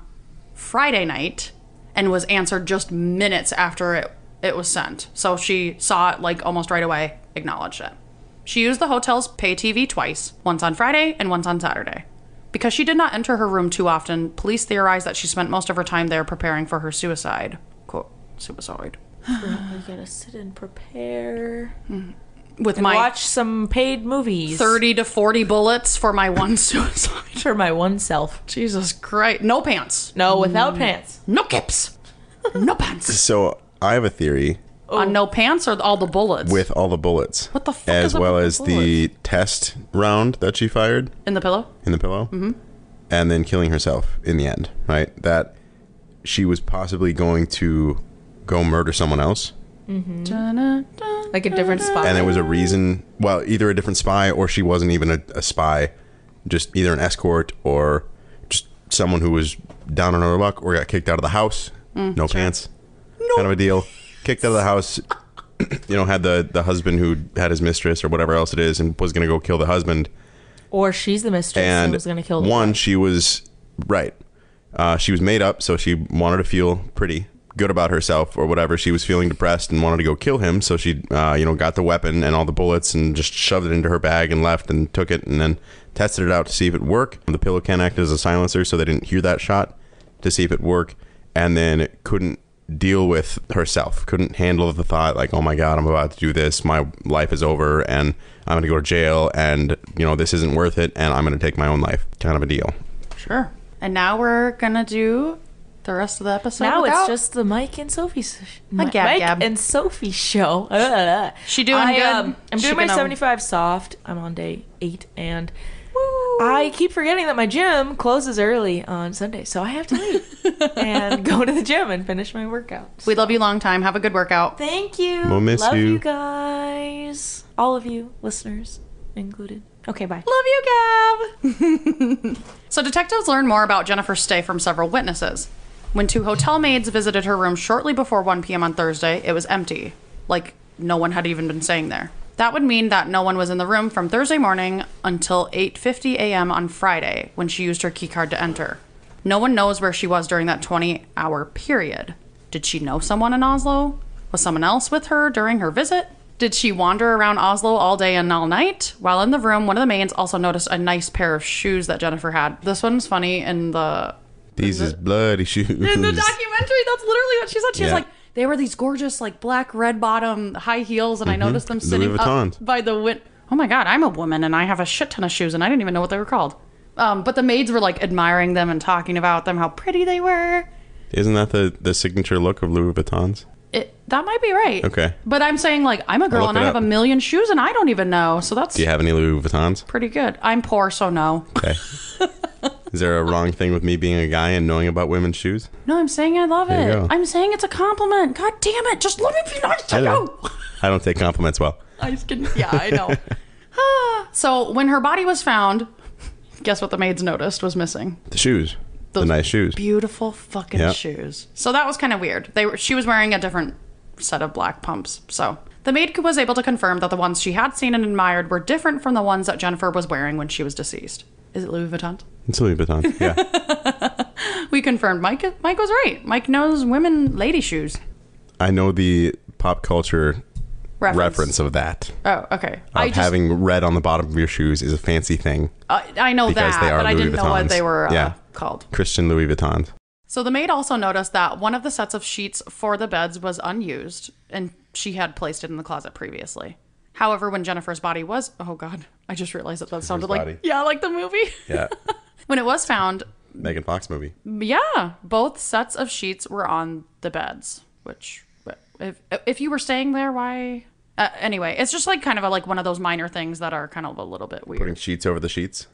Friday night and was answered just minutes after it it was sent. So she saw it like almost right away, acknowledged it. She used the hotel's pay TV twice, once on Friday and once on Saturday. Because she did not enter her room too often, police theorized that she spent most of her time there preparing for her suicide. Quote, suicide.
You gotta sit and prepare.
With my
Watch some paid movies.
30 to 40 bullets for my one suicide.
for my one self.
Jesus Christ. No pants.
No, without pants.
No kips. No pants.
so. I have a theory
On no pants or all the bullets?
with all the bullets,
What the fuck
as
is up
well
with the
as the test round that she fired.
In the pillow?
in the pillow
Mm-hmm.
and then killing herself in the end, right? That she was possibly going to go murder someone else.
Dun-dun-dun.
Like a different spot.
And there was a reason, well, either a different spy or she wasn't even a, a spy, just either an escort or just someone who was down on her luck or got kicked out of the house,
Mm,
no pants, kind of a deal. Kicked out of the house, you know, had the, the husband who had his mistress or whatever else it is and was going to go kill the husband.
or she's the mistress and
and
was gonna kill the
one she was right uh, she was made up so she wanted to feel pretty good about herself or whatever she was feeling depressed and wanted to go kill him so she uh, you know got the weapon and all the bullets and just shoved it into her bag and left and took it and then tested it out to see if it worked the pillow can act as a silencer so they didn't hear that shot to see if it worked and then couldn't deal with herself couldn't handle the thought like oh my god i'm about to do this my life is over and i'm going to go to jail and you know this isn't worth it and i'm going to take my own life kind of a deal
Sure. And now we're gonna do the rest of the episode.
Now it's
without-
just the Mike and Sophie, sh-
A gab
Mike
gab.
and Sophie show. Ugh.
She doing
I, um,
good?
I'm
She
doing my
gonna-
75 soft. I'm on day eight, and I keep forgetting that my gym closes early on Sunday, so I have to leave and go to the gym and finish my workouts.
We love you long time. Have a good workout.
Thank you.
We'll miss
Love
you.
you guys, all of you listeners included. Okay, bye.
Love you, Gab. so detectives learn more about Jennifer's stay from several witnesses. When two hotel maids visited her room shortly before 1 p.m. on Thursday, it was empty. Like no one had even been staying there. That would mean that no one was in the room from Thursday morning until 8:50 a.m. on Friday when she used her keycard to enter. No one knows where she was during that 20-hour period. Did she know someone in Oslo? Was someone else with her during her visit? Did she wander around Oslo all day and all night? While in the room, one of the maids also noticed a nice pair of shoes that Jennifer had. This one's funny in the
these is bloody shoes
in the documentary. That's literally what she said. She was
Yeah.
like, They were these gorgeous, like black red bottom high heels, and
Mm-hmm.
I noticed them sitting up
Vuittons.
by the win. Oh my god, I'm a woman and I have a shit ton of shoes, and I didn't even know what they were called. Um, but the maids were like admiring them and talking about them, how pretty they were.
Isn't that the, the signature look of Louis Vuittons?
It, that might be right.
Okay.
But I'm saying like I'm a girl
look
and
it
I have
up.
a million shoes and I don't even know, so that's
Do you have any Louis Vuittons?
pretty good. I'm poor, so no.
Okay. Is there a wrong thing with me being a guy and knowing about women's shoes?
No, I'm saying I love
There you
it.
go.
I'm saying it's a compliment. God damn it! Just let me be nice to
Hello.
you.
I don't take compliments well.
I just can Yeah, I know. Ah. so when her body was found, guess what the maids noticed was missing?
The shoes.
Those
the nice shoes.
Beautiful fucking
Yeah.
shoes. So that was kind of weird. They were, she was wearing a different set of black pumps. So the maid was able to confirm that the ones she had seen and admired were different from the ones that Jennifer was wearing when she was deceased. Is it Louis Vuitton?
it's Louis Vuitton. Yeah.
We confirmed Mike. Mike was right. Mike knows women lady shoes.
I know the pop culture
Reference.
reference, of that.
Oh, okay.
Of
I just
having red on the bottom of your shoes is a fancy thing.
I, I know
because
that,
they are
but I
Louis
didn't know what
Vuittons.
they were uh,
Yeah.
called.
Christian Louis Vuittons.
So the maid also noticed that one of the sets of sheets for the beds was unused and she had placed it in the closet previously. However, when Jennifer's body was oh god, I just realized that that sounded like
body.
yeah, like the movie.
Yeah.
when it was found,
Megan Fox movie.
yeah, both sets of sheets were on the beds, which if if you were staying there, why uh, anyway, it's just like kind of a, like one of those minor things that are kind of a little bit weird.
Putting sheets over the sheets.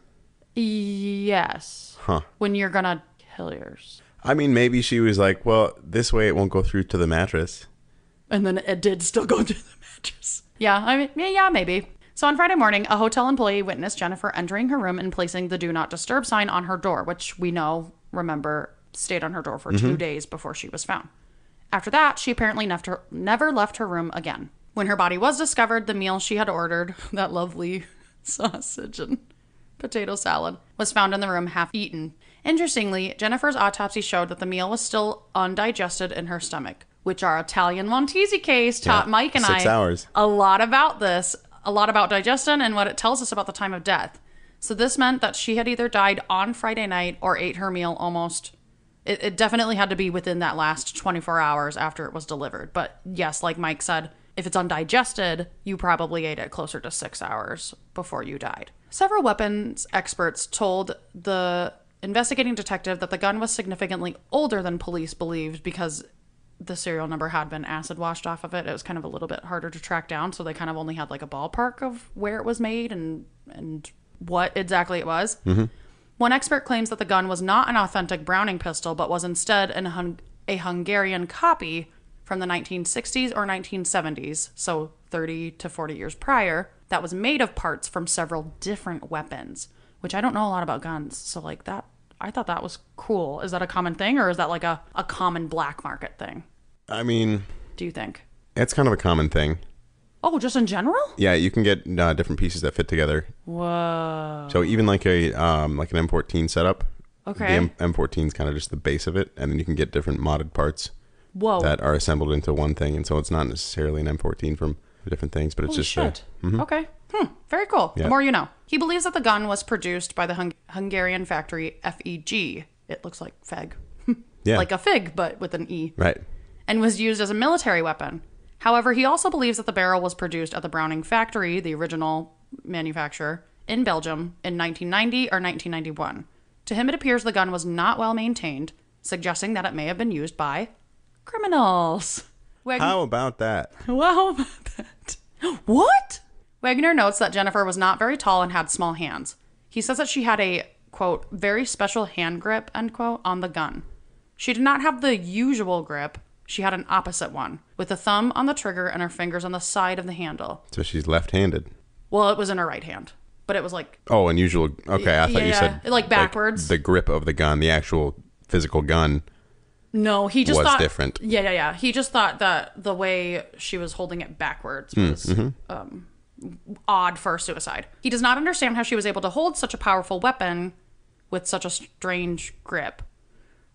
Yes.
Huh.
When you're gonna kill yours.
I mean, maybe she was like, well, this way it won't go through to the mattress.
and then it did still go through the mattress. Yeah, I mean, yeah, yeah, maybe. So on Friday morning, a hotel employee witnessed Jennifer entering her room and placing the "Do Not Disturb" sign on her door, which we know, remember, stayed on her door for two days before she was found. After that, she apparently neft- her- never left her room again. When her body was discovered, the meal she had ordered—that lovely sausage and potato salad was found in the room half eaten. Interestingly, Jennifer's autopsy showed that the meal was still undigested in her stomach, which our Italian Montesi case taught
Yeah,
Mike and
six
I
hours.
a lot about this, a lot about digestion and what it tells us about the time of death. So this meant that she had either died on Friday night or ate her meal almost it, it definitely had to be within that last 24 hours after it was delivered. But yes, like Mike said, if it's undigested, you probably ate it closer to six hours before you died. Several weapons experts told the investigating detective that the gun was significantly older than police believed because the serial number had been acid washed off of it. It was kind of a little bit harder to track down, so they kind of only had like a ballpark of where it was made and and what exactly it was. One expert claims that the gun was not an authentic Browning pistol, but was instead an hung- a Hungarian copy from the 1960s or 1970s, so 30 to 40 years prior, that was made of parts from several different weapons, which I don't know a lot about guns. So, like, that, I thought that was cool. Is that a common thing, or is that like a, a common black market thing,
I mean,
do you think?
it's kind of a common thing.
Oh, just in general?
Yeah, you can get uh, different pieces that fit together.
Whoa.
So even like a um, like an M14 setup.
Oh. Okay.
The M- M14 is kind of just the base of it, and then you can get different modded parts
Whoa.
that are assembled into one thing, and so it's not necessarily an M14 from different things, but it's
Holy
just a-
Oh, shit. Okay. Hmm. Very cool. The
Mm-hmm. Yeah.
more you know. He believes that the gun was produced by the Hung- Hungarian factory FEG. It looks like feg.
Yeah.
Like a fig, but with an E.
right.
And was used as a military weapon. However, he also believes that the barrel was produced at the Browning factory, the original manufacturer, in Belgium in 1990 or 1991. To him, it appears the gun was not well maintained, suggesting that it may have been used by criminals. Wag-
How about that?
Wow about that. What? Wagner notes that Jennifer was not very tall and had small hands. He says that she had a, quote, very special hand grip, end quote, on the gun. She did not have the usual grip. She had an opposite one, with a thumb on the trigger and her fingers on the side of the handle.
So she's left-handed.
Well, it was in her right hand, but it was like,
Oh, unusual. Okay, I thought you
Yeah,
said
like backwards.
the grip of the gun, the actual physical gun.
no, he just
Was
thought.
different.
Yeah, yeah, yeah. He just thought that the way she was holding it backwards
Mm,
was
mm-hmm.
um, odd for suicide. He does not understand how she was able to hold such a powerful weapon with such a strange grip.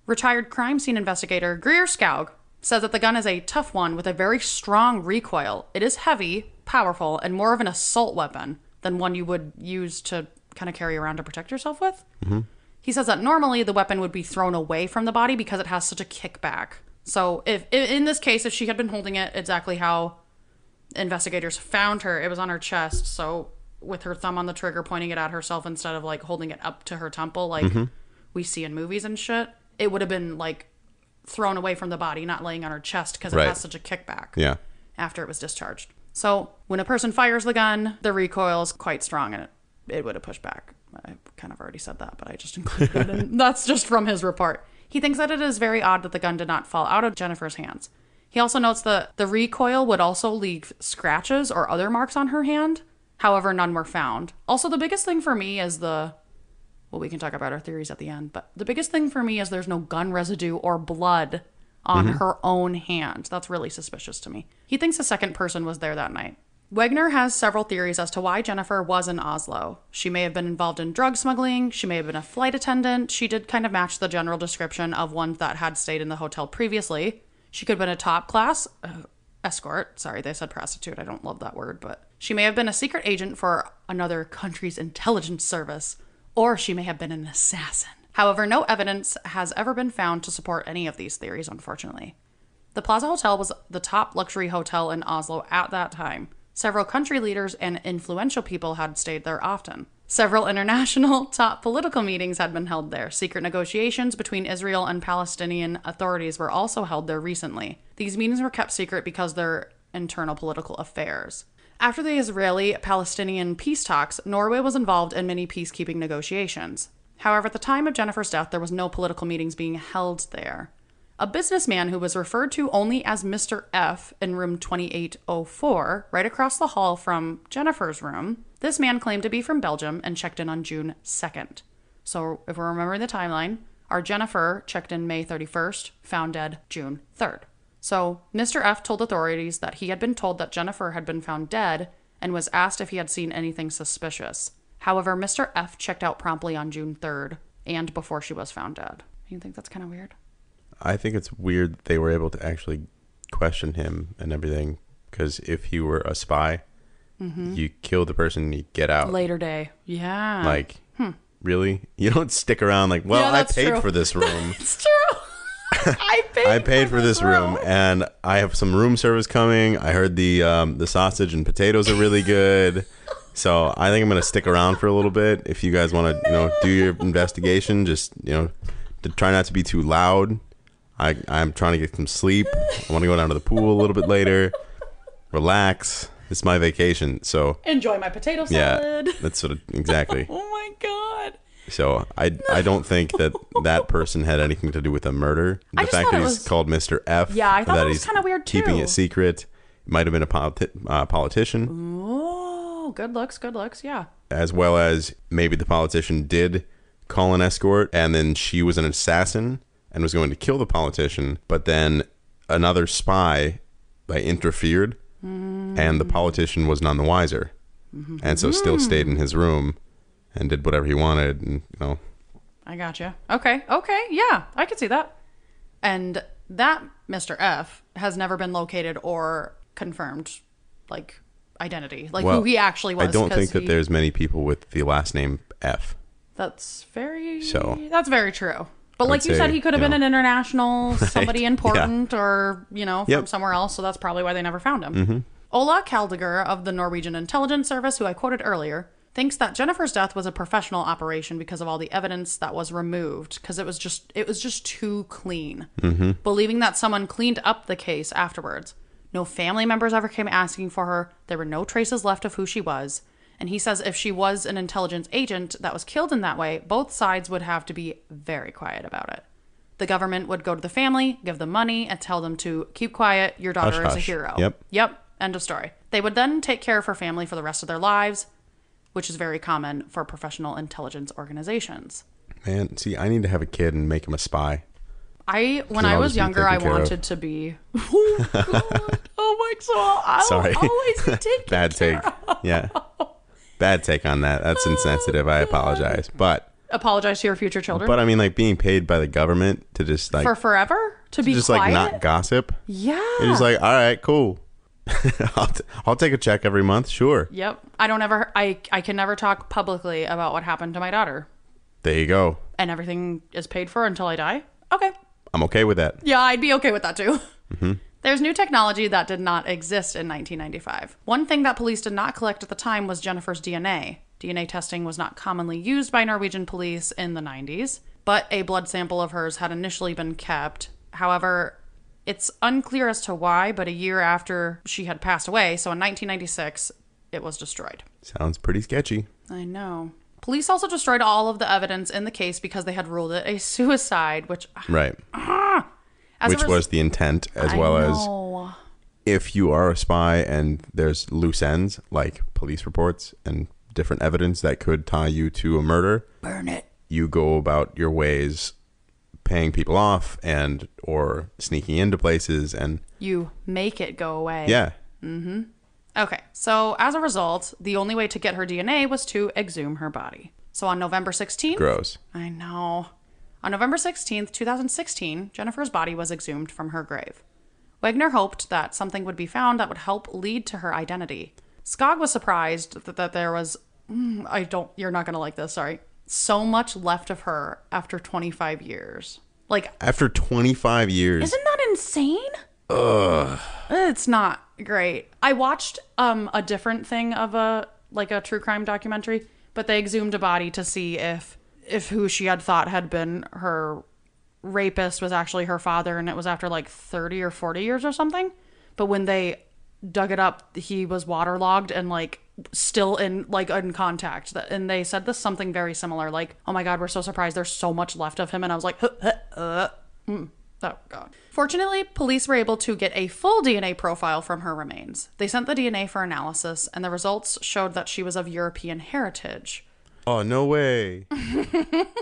Retired crime scene investigator Greer Skaug says that the gun is a tough one with a very strong recoil. It is heavy, powerful, and more of an assault weapon than one you would use to kind of carry around to protect yourself with. He says that normally the weapon would be thrown away from the body because it has such a kickback. So if i- in this case, if she had been holding it exactly how investigators found her, it was on her chest. So with her thumb on the trigger, pointing it at herself instead of like holding it up to her temple, like
Mm-hmm.
we see in movies and shit, it would have been like thrown away from the body, not laying on her chest because
Right.
it has such a kickback
Yeah.
after it was discharged. So when a person fires the gun, the recoil is quite strong and it, it would have pushed back. I kind of already said that, but I just included it. in- that's just from his report. He thinks that it is very odd that the gun did not fall out of Jennifer's hands. He also notes that the recoil would also leave scratches or other marks on her hand. However, none were found. Also, the biggest thing for me is the well, we can talk about our theories at the end, but the biggest thing for me is there's no gun residue or blood on her own hand. That's really suspicious to me. He thinks a second person was there that night. Wegner has several theories as to why Jennifer was in Oslo. She may have been involved in drug smuggling, she may have been a flight attendant. She did kind of match the general description of ones that had stayed in the hotel previously. She could have been a top class uh, escort. Sorry, they said prostitute. I don't love that word, but she may have been a secret agent for another country's intelligence service or she may have been an assassin. However, no evidence has ever been found to support any of these theories, unfortunately. The Plaza Hotel was the top luxury hotel in Oslo at that time. Several country leaders and influential people had stayed there often. Several international top political meetings had been held there. Secret negotiations between Israel and Palestinian authorities were also held there recently. These meetings were kept secret because they're internal political affairs. After the Israeli Palestinian peace talks, Norway was involved in many peacekeeping negotiations. However, at the time of Jennifer's death, there was no political meetings being held there. A businessman who was referred to only as Mr. F in room 2804, right across the hall from Jennifer's room, this man claimed to be from Belgium and checked in on June 2nd. So, if we're remembering the timeline, our Jennifer checked in May 31st, found dead June 3rd. So, Mr. F told authorities that he had been told that Jennifer had been found dead and was asked if he had seen anything suspicious. However, Mr. F checked out promptly on June 3rd and before she was found dead. You think that's kind of weird?
I think it's weird that they were able to actually question him and everything because if he were a spy,
Mm-hmm.
you kill the person, you get out.
Later day. Yeah.
Like, really? You don't stick around like, well,
hmm. Yeah,
I
that's
paid
true.
for this room.
It's true. I paid.
I paid for this room, and I have some room service coming. I heard the um, the sausage and potatoes are really good, so I think I'm gonna stick around for a little bit. If you guys want to, you know, do your investigation, just you know, to try not to be too loud. I I'm trying to get some sleep. I want to go down to the pool a little bit later, relax. It's my vacation, so
Enjoy my potato
yeah,
salad.
that's sort of exactly.
Oh my god.
So I I don't think that that person had anything to do with a murder. The
just
fact
thought
that
it
he's
was-
called Mr. F.
Yeah, I thought
that
that was
he's
kinda weird,
Keeping
too.
it secret. Might have been a politi- uh,
Mm.
politician,
Oh, good looks, good looks. Yeah.
as well as maybe the politician did call an escort, and then she was an assassin and was going to kill the politician, but then another spy like interfered,
Mm.
and the politician was none the wiser,
Mm-hmm.
and so still stayed in his room and did whatever he wanted, and you know.
I gotcha. Okay. Okay. Yeah, I could see that. And that Mr. F has never been located or confirmed, like identity, like
Well,
who he actually was.
I don't
'cause
think that
he-
there's many people with the last name F.
That's very.
So-
That's very true. But
would
like you said,
say,
he could have
you
been
know.
an international, somebody
yeah.
important, or you know, from
Yep.
somewhere else. So that's probably why they never found him. Ola Kaldiger of the Norwegian intelligence service, who I quoted earlier, thinks that Jennifer's death was a professional operation because of all the evidence that was removed, because it was just it was just too clean. Believing that someone cleaned up the case afterwards. No family members ever came asking for her. There were no traces left of who she was. And he says if she was an intelligence agent that was killed in that way, both sides would have to be very quiet about it. The government would go to the family, give them money, and tell them to keep quiet. Your daughter
Hush,
is a
hush.
hero.
Yep.
Yep. End of story. They would then take care of her family for the rest of their lives, which is very common for professional intelligence organizations.
Man, see, I need to have a kid and make him a spy.
I when
Then
I
I'll
was
just be
younger,
taken
I
care of.
wanted to be. Oh, God. oh my god! I'll
Sorry.
always be taken
Bad
care
take. Yeah. Bad take on that. That's insensitive. I apologize. But
Apologize to your future children
but I mean like being paid by the government to just like
for forever to
to
be
just
quiet.
like not gossip.
yeah.
It's just like, all right, cool. I'll, t- I'll take a check every month, sure.
yep. I don't ever. I I can never talk publicly about what happened to my daughter,
There you go.
and everything is paid for until I die. Okay.
I'm okay with that.
Yeah, I'd be okay with that too.
Mm-hmm.
There's new technology that did not exist in 1995. One thing that police did not collect at the time was Jennifer's DNA. DNA testing was not commonly used by Norwegian police in the 90s, but a blood sample of hers had initially been kept. However, it's unclear as to why, but a year after she had passed away, so in 1996, it was destroyed.
Sounds pretty sketchy.
I know. Police also destroyed all of the evidence in the case because they had ruled it a suicide, which
Right.
as a
Which
res-
was the intent as
I
well as
know.
if you are a spy and there's loose ends like police reports and different evidence that could tie you to a murder,
burn it.
you go about your ways paying people off and or sneaking into places and
You make it go away.
yeah,
Okay, so as a result, the only way to get her DNA was to exhume her body. So on November 16th,
gross.
I know. On November 16th, 2016, Jennifer's body was exhumed from her grave. Wagner hoped that something would be found that would help lead to her identity. Skog was surprised that, that there was, mm, I don't, you're not going to like this, sorry, so much left of her after 25 years. Like,
After 25 years,
isn't that insane? Ugh. It's not great. I watched um a different thing of a like a true crime documentary, but they exhumed a body to see if if who she had thought had been her rapist was actually her father and it was after like 30 or 40 years or something. But when they dug it up, he was waterlogged and like still in like in contact. That- And they said this something very similar like, "Oh my god, we're so surprised there's so much left of him." And I was like, Oh god. Fortunately, police were able to get a full DNA profile from her remains. They sent the DNA for analysis, and the results showed that she was of European heritage.
oh no way. I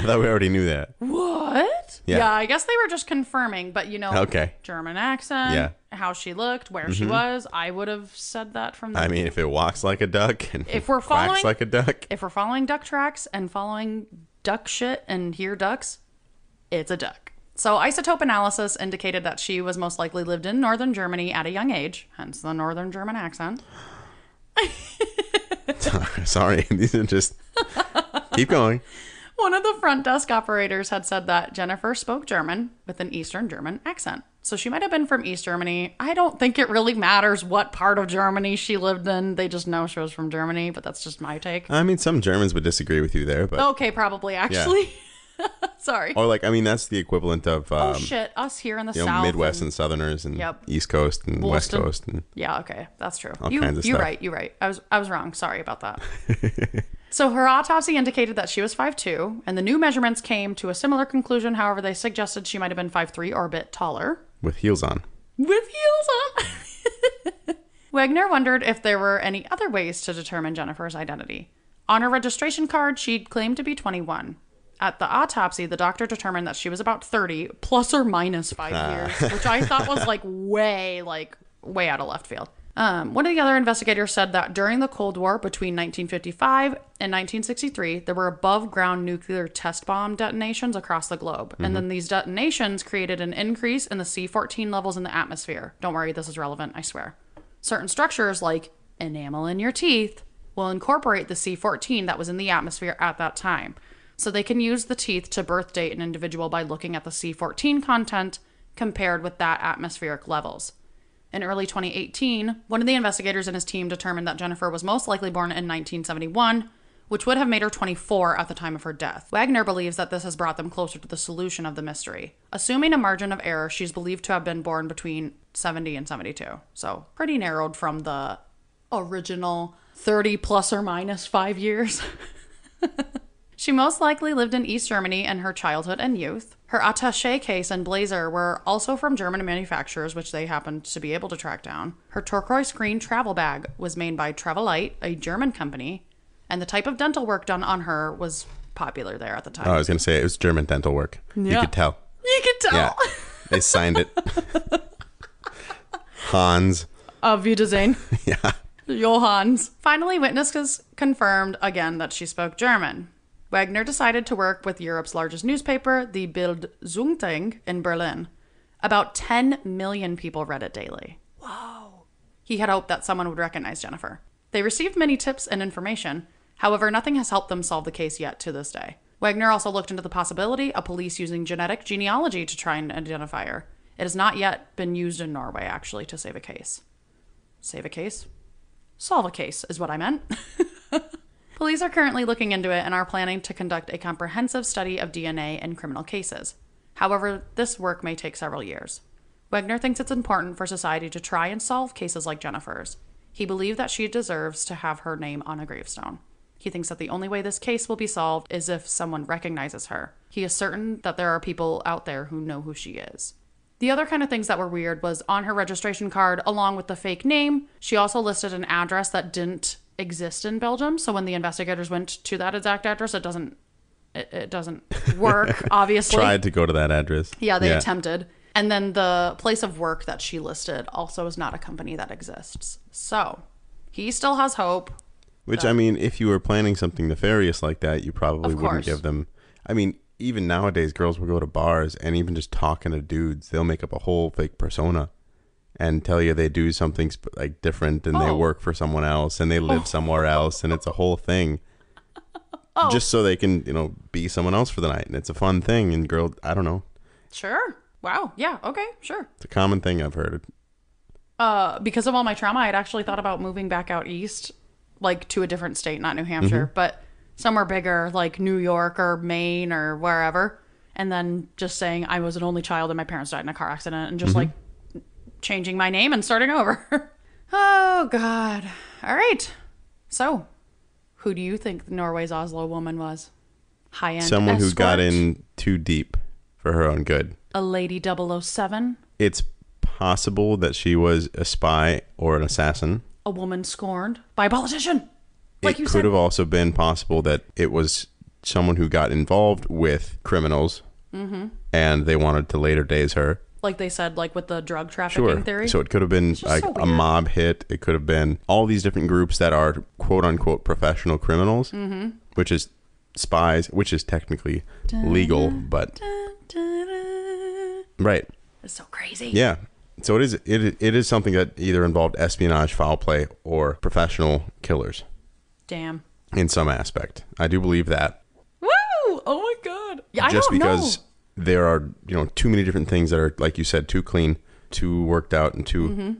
thought we already knew that.
What?
Yeah.
Yeah, I guess they were just confirming, but you know,
Okay.
German accent,
Yeah. Mm-hmm.
how she looked, where she was. I would have said that from the
I mean, if it walks like a duck and
If we're
quacks
following-
like a duck,
if we're following duck tracks and following duck shit and hear ducks, it's a duck. So, isotope analysis indicated that she was most likely lived in northern Germany at a young age, hence the northern German accent.
sorry, these are just keep going.
One of the front desk operators had said that Jennifer spoke German with an Eastern German accent. So she might have been from East Germany. I don't think it really matters what part of Germany she lived in. They just know she was from Germany, but that's just my take.
I mean, some Germans would disagree with you there, but
Okay, probably actually. Sorry.
or like, I mean, that's the equivalent of um,
oh shit, us here in the
you know,
south.
Midwest
and-
and Southerners and
Yep.
East Coast and West
Williston.
Coast and
Yeah, okay. That's true.
All
you
kinds of
you're
stuff.
right, you're right. I was I was wrong. Sorry about that. so her autopsy indicated that she was 5'2, and the new measurements came to a similar conclusion. However, they suggested she might have been 5'3 or a bit taller.
with heels on.
with heels on. Wagner wondered if there were any other ways to determine Jennifer's identity. On her registration card, she claimed to be 21. At the autopsy, the doctor determined that she was about 30, plus or minus five years, which I thought was like way, like way out of left field. Um, one of the other investigators said that during the Cold War between 1955 and 1963, there were above ground nuclear test bomb detonations across the globe. And then these detonations created an increase in the C 14 levels in the atmosphere. Don't worry, this is relevant, I swear. Certain structures, like enamel in your teeth, will incorporate the C 14 that was in the atmosphere at that time. So they can use the teeth to birth date an individual by looking at the C 14 content compared with that atmospheric levels. In early 2018, one of the investigators and his team determined that Jennifer was most likely born in 1971, which would have made her 24 at the time of her death. Wagner believes that this has brought them closer to the solution of the mystery. Assuming a margin of error, she's believed to have been born between 70 and 72. So, pretty narrowed from the original 30 plus or minus five years. She most likely lived in East Germany in her childhood and youth. Her attache case and blazer were also from German manufacturers, which they happened to be able to track down. Her turquoise green travel bag was made by Travelite, a German company, and the type of dental work done on her was popular there at the time.
Oh, I was gonna say it was German dental work. You
Yeah.
could tell.
you can
Yeah,
tell.
they signed it. Hans.
Of you design.
Yeah.
Johans. Finally, witnesses confirmed again that she spoke German. Wagner decided to work with Europe's largest newspaper, the Bild Zeitung in Berlin. About 10 million people read it daily. Wow. He had hoped that someone would recognize Jennifer. They received many tips and information. However, nothing has helped them solve the case yet to this day. Wagner also looked into the possibility of police using genetic genealogy to try and identify her. It has not yet been used in Norway, actually, to save a case. Save a case? Solve a case is what I meant. Police are currently looking into it and are planning to conduct a comprehensive study of DNA in criminal cases. However, this work may take several years. Wegner thinks it's important for society to try and solve cases like Jennifer's. He believed that she deserves to have her name on a gravestone. He thinks that the only way this case will be solved is if someone recognizes her. He is certain that there are people out there who know who she is. The other kind of things that were weird was on her registration card, along with the fake name, she also listed an address that didn't exist in Belgium. So when the investigators went to that exact address, it doesn't it, it doesn't work. obviously,
Tried to go to that address.
yeah, they attempted. And then the place of work that she listed also is not a company that exists. So he still has hope.
Which I mean, if you were planning something nefarious like that, you probably
Of
wouldn't
course.
give them. I mean, even nowadays, girls will go to bars and even just talking to dudes, they'll make up a whole fake persona and tell you they do something sp- like different and they
Oh.
work for someone else and they live somewhere else and it's a whole thing.
Oh.
Just so they can, you know, be someone else for the night, and it's a fun thing. And girl, I don't know,
Sure. Wow. Yeah. Okay. Sure.
it's a common thing I've heard.
Uh, because of all my trauma, I had actually thought about moving back out east, like to a different state, not
Mm-hmm.
New Hampshire, but somewhere bigger, like New York or Maine or wherever. And then just saying I was an only child and my parents died in a car accident and just
Mm-hmm.
like changing my name and starting over. oh, God. All right. So, who do you think Norway's Oslo woman was? High end.
Someone who got in too deep for her own good.
A lady 007,
It's possible that she was a spy or an assassin.
a woman scorned by a politician. Like
it
you
could
said,
have also been possible that it was someone who got involved with criminals
Mm-hmm.
and they wanted to later days her.
like they said, like with the drug trafficking
Sure.
theory.
So it could have been
just
like
so
a
weird.
mob hit. It could have been all these different groups that are quote unquote professional criminals,
Mm-hmm.
which is spies, which is technically legal, but right.
It's so crazy.
Yeah. So it is it, it is something that either involved espionage, foul play, or professional killers
Damn.
in some aspect. I do believe that.
Woo! Oh my god. Yeah, I
just
don't
because
know.
there are you know too many different things that are like you said too clean too worked out and too
Mm-hmm.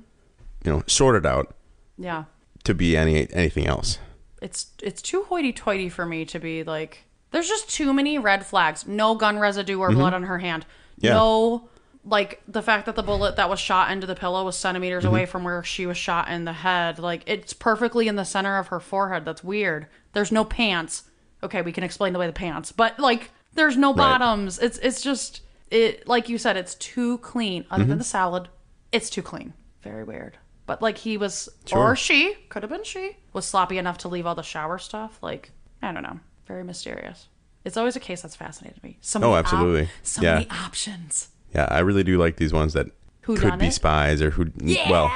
you know sorted out
Yeah.
to be any anything else
It's it's too hoity-toity for me to be like there's just too many red flags. No gun residue or blood on her hand.
Mm-hmm. Yeah.
No like the fact that the bullet that was shot into the pillow was centimeters
Mm-hmm.
away from where she was shot in the head. Like it's perfectly in the center of her forehead. That's weird. There's no pants. Okay, we can explain away the pants, but like there's no bottoms. It's it's just it like you said it's too clean other
Mm-hmm.
than the salad. It's too clean. Very weird. But like he was or she, could have been she, was sloppy enough to leave all the shower stuff. Like, I don't know. Very mysterious. It's always a case that's fascinated me. So many
Oh,
op-
absolutely.
so
Yeah.
many options.
yeah i really do like these ones that
Who
could
done
be
it?
spies or who well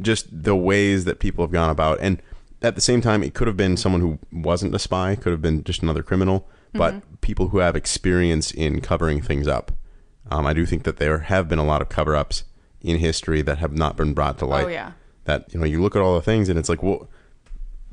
just the ways that people have gone about and at the same time it could have been someone who wasn't a spy could have been just another criminal but
Mm-hmm.
people who have experience in covering things up um, i do think that there have been a lot of cover-ups in history that have not been brought to light
Oh, yeah.
that you know you look at all the things and it's like well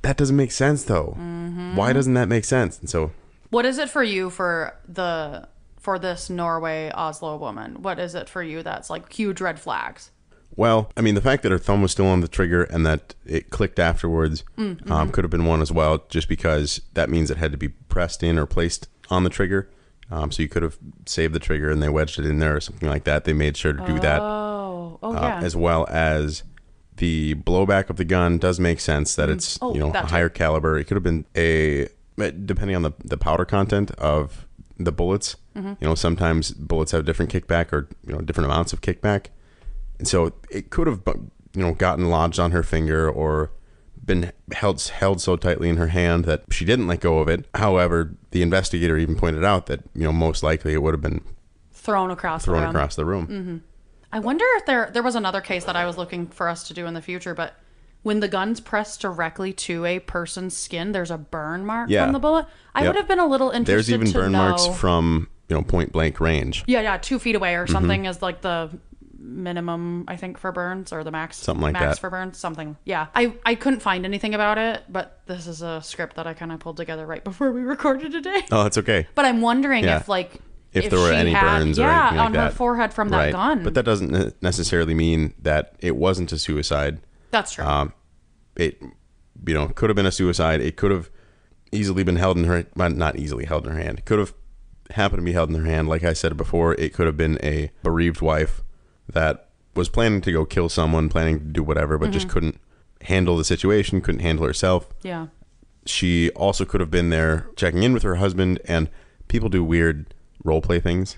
that doesn't make sense though
Mm-hmm.
why doesn't that make sense and so
What is it for you for the for this Norway Oslo woman? What is it for you that's like huge red flags?
Well, I mean, the fact that her thumb was still on the trigger and that it clicked afterwards um, could have been one as well, just because that means it had to be pressed in or placed on the trigger. Um, so you could have saved the trigger and they wedged it in there or something like that. They made sure to do that, uh,
Oh, oh yeah.
as well as the blowback of the gun does make sense that it's
Oh,
you know
that
a
too.
higher caliber. It could have been a but depending on the the powder content of the bullets.
Mm-hmm.
You know, sometimes bullets have different kickback or you know different amounts of kickback. And so it could have, bu- you know, gotten lodged on her finger or been held held so tightly in her hand that she didn't let go of it. However, the investigator even pointed out that you know most likely it would have been
thrown across
thrown
the room.
across the room.
I wonder if there there was another case that I was looking for us to do in the future, but when the gun's pressed directly to a person's skin, there's a burn mark
Yeah.
from the bullet. I
Yep.
would have been a little interested.
There's even
to
burn
know,
marks from you know point blank range. Mm-hmm.
Yeah, yeah, two feet away or something is like the minimum, I think, for burns or the max.
Something like
max
that.
for burns. Something. Yeah. I, I couldn't find anything about it, but this is a script that I kind of pulled together right before we recorded today.
Oh, that's okay.
But I'm wondering
Yeah.
if like
If there were
she
any
had,
burns or
yeah,
anything like
on
that.
her forehead from that
right.
gun.
But that doesn't ne- necessarily mean that it wasn't a suicide.
that's true.
Um, it, you know, could have been a suicide. It could have easily been held in her, well, not easily held in her hand. It could have happened to be held in her hand. Like I said before, it could have been a bereaved wife that was planning to go kill someone, planning to do whatever, but
Mm-hmm.
just couldn't handle the situation, couldn't handle herself.
yeah.
She also could have been there checking in with her husband, and people do weird role play things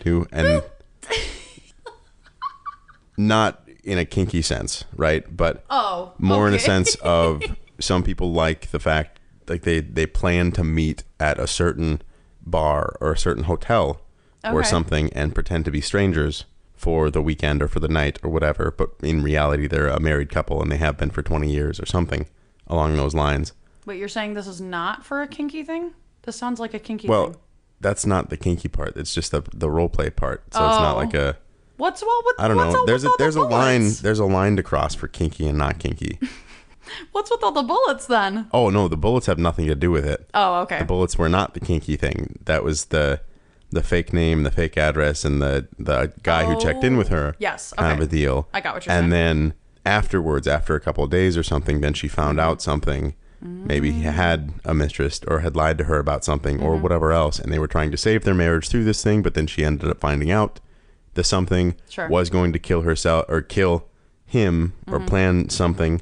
too, and not in a kinky sense, right? But
Oh.
more in a
okay.
sense of some people like the fact like they they plan to meet at a certain bar or a certain hotel or
Okay.
something and pretend to be strangers for the weekend or for the night or whatever but in reality they're a married couple and they have been for 20 years or something along those lines
Wait, you're saying this is not for a kinky thing? This sounds like a kinky
well
thing.
that's not the kinky part it's just the the role play part so it's not
Oh.
like a
What's well with
i don't
what's
know
all-
there's a
with all the
there's a line
bullets?
there's a line to cross for kinky and not kinky
What's with all the bullets then?
oh no the bullets have nothing to do with it
Oh, okay.
the bullets were not the kinky thing. That was the the fake name, the fake address, and the the guy who checked in with her.
Oh. Yes,
kind
okay.
of a deal.
I got what you're
and
saying.
then afterwards, after a couple of days or something, then she found out something. Maybe he had a mistress or had lied to her about something
Mm-hmm.
or whatever else, and they were trying to save their marriage through this thing. But then she ended up finding out that something
Sure. Mm-hmm.
was going to kill herself or kill him or plan something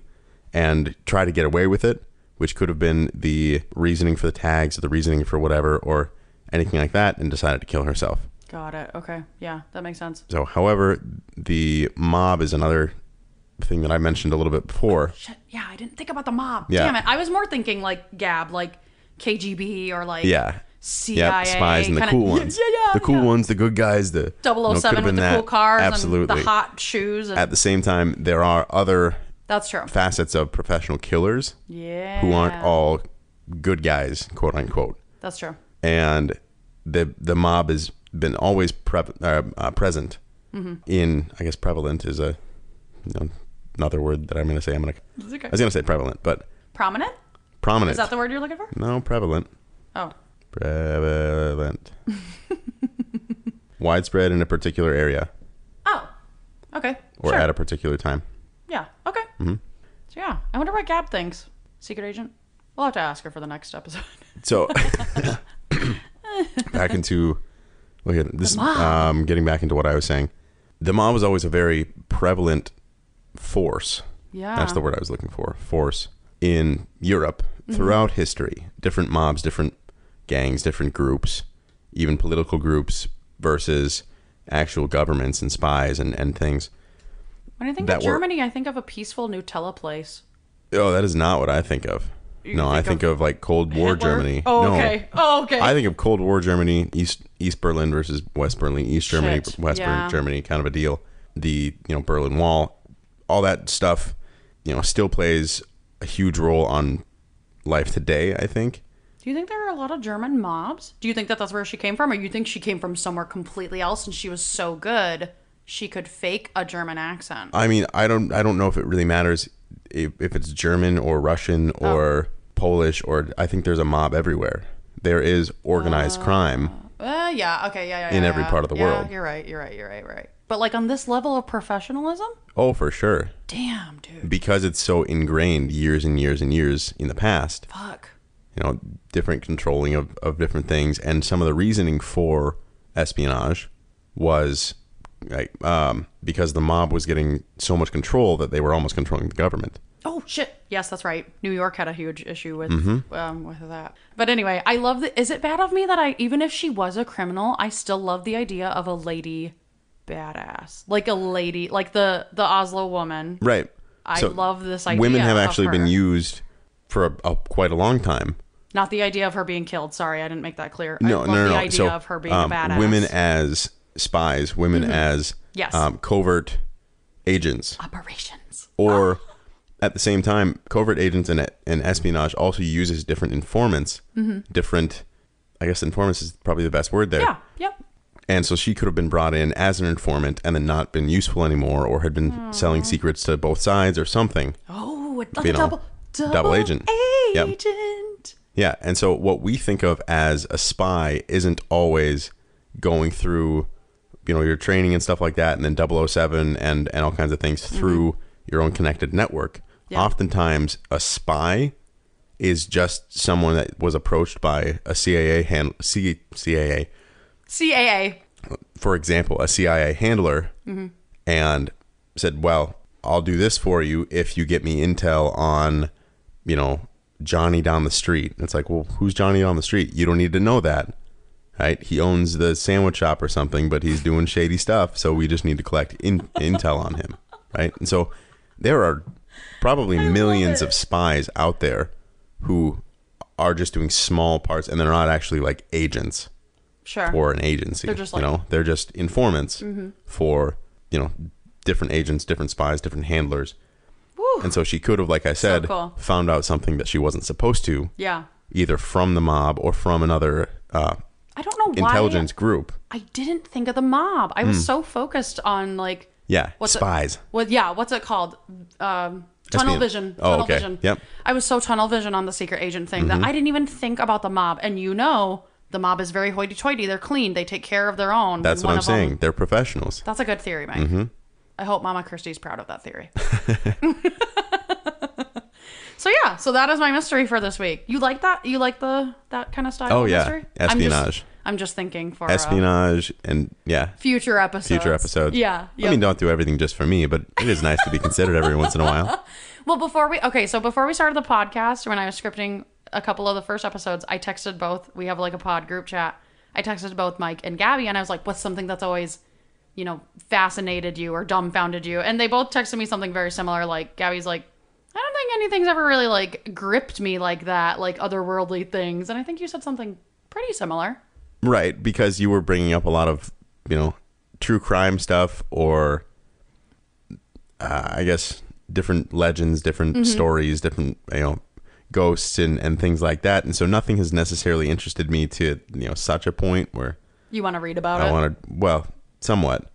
and try to get away with it, which could have been the reasoning for the tags, or the reasoning for whatever, or anything like that, and decided to kill herself.
Got it. Okay. Yeah, that makes sense.
So, however, the mob is another thing that I mentioned a little bit before.
Shit. Yeah, I didn't think about the mob.
Yeah.
Damn it. I was more thinking like Gab, like KGB or like
Yeah.
CIA.
yep, spies and the
kinda-
cool ones.
Yeah, yeah.
the cool
yeah.
ones, the good guys, the you know, could
007 with
have been
the
that.
cool cars
Absolutely.
and the hot shoes. And,
At the same time, there are other
that's true.
facets of professional killers
yeah.
who aren't all good guys, quote unquote.
That's true.
and the the mob has been always pre- uh, uh, present
Mm-hmm.
in I guess prevalent is a you know, another word that I'm going to say I'm going to
okay.
I was going to say prevalent but
Prominent?
prominent
Is that the word you're looking for?
no prevalent
Oh,
prevalent widespread in a particular area
oh, okay.
or Mm-hmm.
sure.
at a particular time
yeah. Okay. So yeah, I wonder what Gab thinks. Secret agent. We'll have to ask her for the next episode.
so back into look at this
mob.
um getting back into what I was saying the mob was always a very prevalent force
Yeah.
That's the word I was looking for. Force in Europe
Mm-hmm.
throughout history. Different mobs, different gangs, different groups, even political groups versus actual governments and spies and, and things.
When I think
that
of
word.
Germany, I think of a peaceful Nutella place.
Oh, that is not what I think of. no, I
think
think of, like Cold War
Hitler?
Germany.
Oh,
no.
okay. Oh, okay.
I think of Cold War Germany, East East Berlin versus West Berlin, East Germany,
Shit,
West Berlin,
yeah.
Germany, kind of a deal. The you know Berlin Wall, all that stuff, you know, still plays a huge role on life today. I think.
Do you think there are a lot of German mobs? Do you think that that's where she came from, or you think she came from somewhere completely else and she was so good she could fake a German accent?
I mean, I don't I don't know if it really matters if, if it's German or Russian
Oh.
or Polish or I think there's a mob everywhere. There is organized crime.
Uh, yeah. Okay. Yeah. Yeah.
In
yeah,
every
yeah.
part of the
Yeah,
world.
You're right. You're right. You're right. Right. But like on this level of professionalism,
Oh, for sure.
damn, dude.
Because it's so ingrained years and years and years in the past.
Fuck.
you know, different controlling of, of different things. And some of the reasoning for espionage was like, um, because the mob was getting so much control that they were almost controlling the government.
Oh shit! Yes, that's right. New York had a huge issue with
Mm-hmm.
um, with that. But anyway, I love that. Is it bad of me that I, even if she was a criminal, I still love the idea of a lady badass, like a lady, like the the Oslo woman.
Right.
I love this
Women
idea
have
of
actually been
her.
used for a, a, quite a long time.
Not the idea of her being killed. Sorry, I didn't make that clear. I
No,
love
no, no,
The
no.
idea
so,
of her being
um,
a badass. Mm-hmm.
women as spies, women as
Yes.
um, covert agents.
operations.
or at the same time, covert agents and, and espionage also uses different informants, different, I guess informants is probably the best word there,
Yeah. Yep.
And so she could have been brought in as an informant and then not been useful anymore or had been selling secrets to both sides or something.
Oh, a
You know,
double, double,
double agent. Yep.
agent.
Yeah, and so what we think of as a spy isn't always going through, you know, your training and stuff like that, and then 007 and and all kinds of things through your own connected network.
Yeah.
Oftentimes, a spy is just someone that was approached by a CIA hand C- CAA,
CAA.
for example, a CIA handler, and said, "Well, I'll do this for you if you get me intel on, you know, Johnny down the street." And it's like, "Well, who's Johnny down the street? You don't need to know that, right? He owns the sandwich shop or something, but he's doing shady stuff. So we just need to collect in- intel on him, right?" And so there are probably millions of spies out there who are just doing small parts, and they're not actually like agents
Sure.
or an agency.
They're just
you
like- Mm-hmm.
know, they're just informants for you know different agents, different spies, different handlers.
Woo.
And so she could have, like I said,
cool.
found out something that she wasn't supposed to,
yeah.
either from the mob or from another uh,
I don't know why
intelligence group.
I didn't think of the mob. I was so focused on like
Hmm. Yeah,
What's it-
spies.
Well, yeah. What's it called? Um, tunnel
Espionage.
vision.
Oh,
tunnel
okay.
Vision.
Yep. Mm-hmm.
I was so tunnel vision on the secret agent thing that I didn't even think about the mob. And you know, the mob is very hoity-toity. They're clean. They take care of their own.
That's
When
what
one
I'm
of 'em-
saying. Mm-hmm. They're professionals.
that's a good theory, Mike. I hope Mama Kirsty's proud of that theory. so yeah, so that is my mystery for this week. You like that? You like the that kind of style?
Oh,
of
yeah.
mystery? I'm just,
Espionage.
I'm just thinking for uh,
Espionage and yeah,
future episodes.
future episodes.
Yeah.
I
yep.
mean, don't do everything just for me, but it is nice to be considered every once in a while.
Well, before we okay, so before we started the podcast, when I was scripting a couple of the first episodes, I texted both. We have like a pod group chat. I texted both Mike and Gabby, and I was like, "What's something that's always, you know, fascinated you or dumbfounded you?" And they both texted me something very similar. Like Gabby's like, "I don't think anything's ever really like gripped me like that, like otherworldly things." And I think you said something pretty similar.
Right, because you were bringing up a lot of, you know, true crime stuff or uh, I guess different legends, different
Mm-hmm.
stories, different, you know, ghosts and, and things like that. And so nothing has necessarily interested me to, you know, such a point where
You want to read about
I
it?
want to, well, somewhat.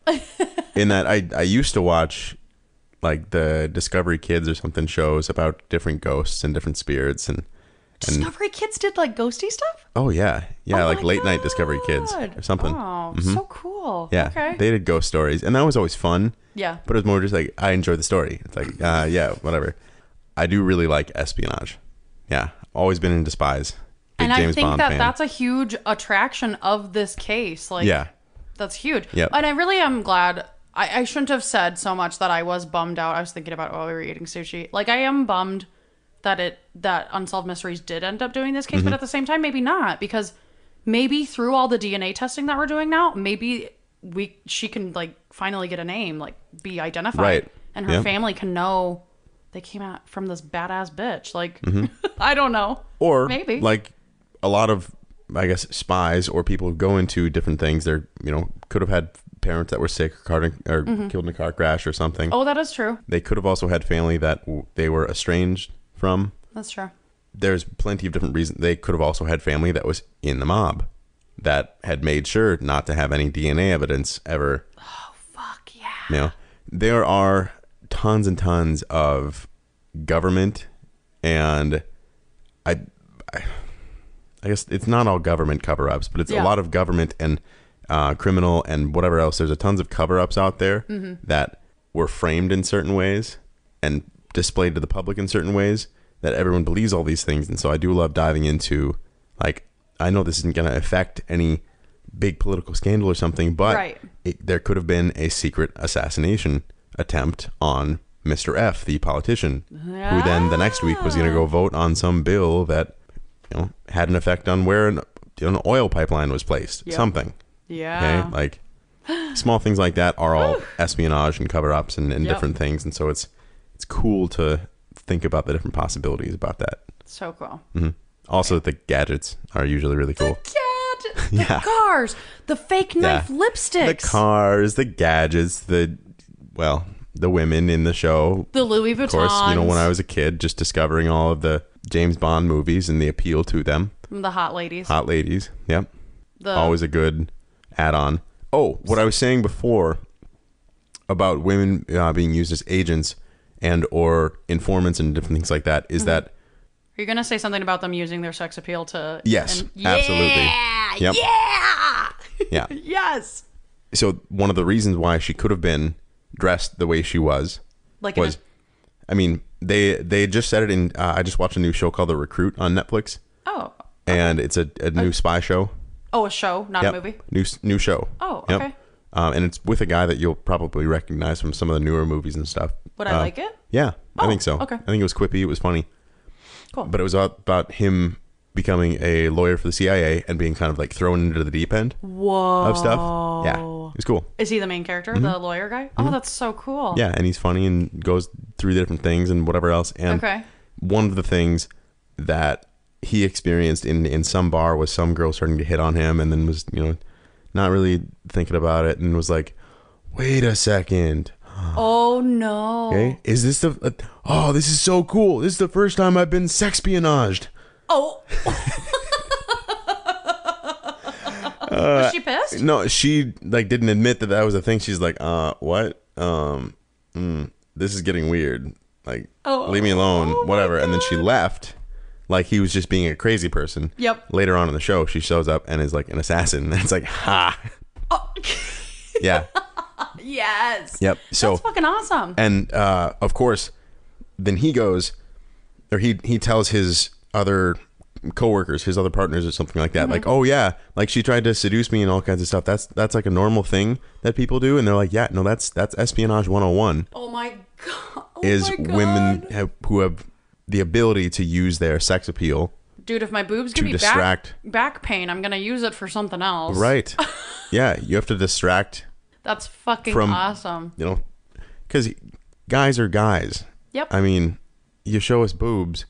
in that I, I used to watch like the Discovery Kids or something shows about different ghosts and different spirits and, and
Discovery Kids did like ghosty stuff.
oh yeah, yeah,
Oh
like
my
late night Discovery Kids
God.
or something. Mm-hmm.
Oh, so cool.
Yeah,
Okay.
they did ghost stories, and that was always fun.
yeah.
But it was more just like I enjoyed the story. It's like, uh, yeah, whatever. I do really like espionage. Yeah, always been into spies. Big
and
James
I think
Bond
that
fan.
that's a huge attraction of this case. Like,
Yeah.
that's huge.
Yep.
And I really am glad. I, I shouldn't have said so much that I was bummed out. I was thinking about it while we were eating sushi. Like, I am bummed that it that Unsolved Mysteries did end up doing this case,
Mm-hmm.
but at the same time, maybe not because maybe through all the DNA testing that we're doing now, maybe we she can like finally get a name, like be identified,
Right.
and her
Yep.
family can know they came out from this badass bitch. Like,
Mm-hmm.
I don't know.
or
maybe.
like a lot of I guess spies or people who go into different things. They're you know could have had parents that were sick or, car, or killed in a car crash or something.
Mm-hmm. Oh, that is true.
They could have also had family that w- they were estranged from.
That's true.
there's plenty of different reasons they could have also had family that was in the mob that had made sure not to have any DNA evidence ever.
Fuck yeah.
You know, there are tons and tons of government and I, I, I guess it's not all government cover-ups, but it's
Yeah.
a lot of government and uh, criminal and whatever else. There's a tons of cover-ups out there
Mm-hmm.
that were framed in certain ways and displayed to the public in certain ways that everyone believes all these things. And so I do love diving into like I know this isn't going to affect any big political scandal or something, but
Right.
it, there could have been a secret assassination attempt on Mr. F, the politician, who then the next week was going
Ah.
to go vote on some bill that you know had an effect on where an, you know, an oil pipeline was placed, something. Okay,
Yeah.
like small things like that are all espionage and cover-ups and, and
Yep.
different things, and so it's it's cool to think about the different possibilities about that.
so cool.
Mm. Also, the gadgets are usually really cool.
Gadget, the
Yeah.
cars, the fake knife
Yeah. The
lipsticks, the,
cars, the gadgets, the well, the women in the show.
Louis Vuitton.
Of course, you know when I was a kid, just discovering all of the James Bond movies and the appeal to them.
the hot ladies,
Hot ladies, yep,
the
always a good add-on. Oh, what I was saying before about women uh, being used as agents and or informants and different things like that
Mm-hmm.
is that
Are you gonna say something about them using their sex appeal to?
yes,
and-
absolutely,
Yeah.
Yep.
Yeah.
yeah.
yes.
So one of the reasons why she could have been dressed the way she was
Like in
was, I mean, they they just said it in. Uh, I just watched a new show called The Recruit on Netflix,
a, oh
and it's a, a new spy show.
oh a show, not
Yep.
a movie.
New s- new show.
Oh,
Yep.
okay.
Um, and it's with a guy that you'll probably recognize from some of the newer movies and stuff.
Would I
Uh,
like it?
Yeah, I
Oh,
think so.
okay.
I think it was quippy. It was funny.
Cool.
But it was about, about him becoming a lawyer for the CIA and being kind of like thrown into the deep end
Whoa.
of stuff. Yeah, it was cool.
Is he the main character, the lawyer guy? Oh, that's so cool.
Mm-hmm. Yeah, and he's funny and goes through the different things and whatever else. And
Okay.
one of the things that he experienced in in some bar was some girl starting to hit on him, and then was you know not really thinking about it, and was like, "Wait a second,
Oh no.
okay, is this the? Uh, oh, this is so cool. This is the first time I've been sexpionaged."
Oh.
Uh,
Was she pissed?
No, she like didn't admit that that was a thing. She's like, "Uh, what? Um, mm, this is getting weird. Like,
Oh,
leave me alone,
oh my
whatever." And then she left. Like he was just being a crazy person.
Yep.
Later on in the show, she shows up and is like an assassin. And it's like, ha.
Oh.
Yeah.
yes.
yep. So
That's fucking awesome.
and uh, of course, then he goes, or he he tells his other coworkers, his other partners, or something like that,
Mm-hmm.
like, "Oh yeah, like she tried to seduce me and all kinds of stuff." That's that's like a normal thing that people do, and they're like, "Yeah, no, that's that's espionage 101
oh my god. Oh
is
my God.
women have, who have the ability to use their sex appeal,
Dude, if my boobs give
to
me
distract-
back back pain, I'm gonna use it for something else.
right? yeah, you have to distract,
That's fucking
From-
awesome.
you know, because guys are guys.
Yep.
I mean, you show us boobs.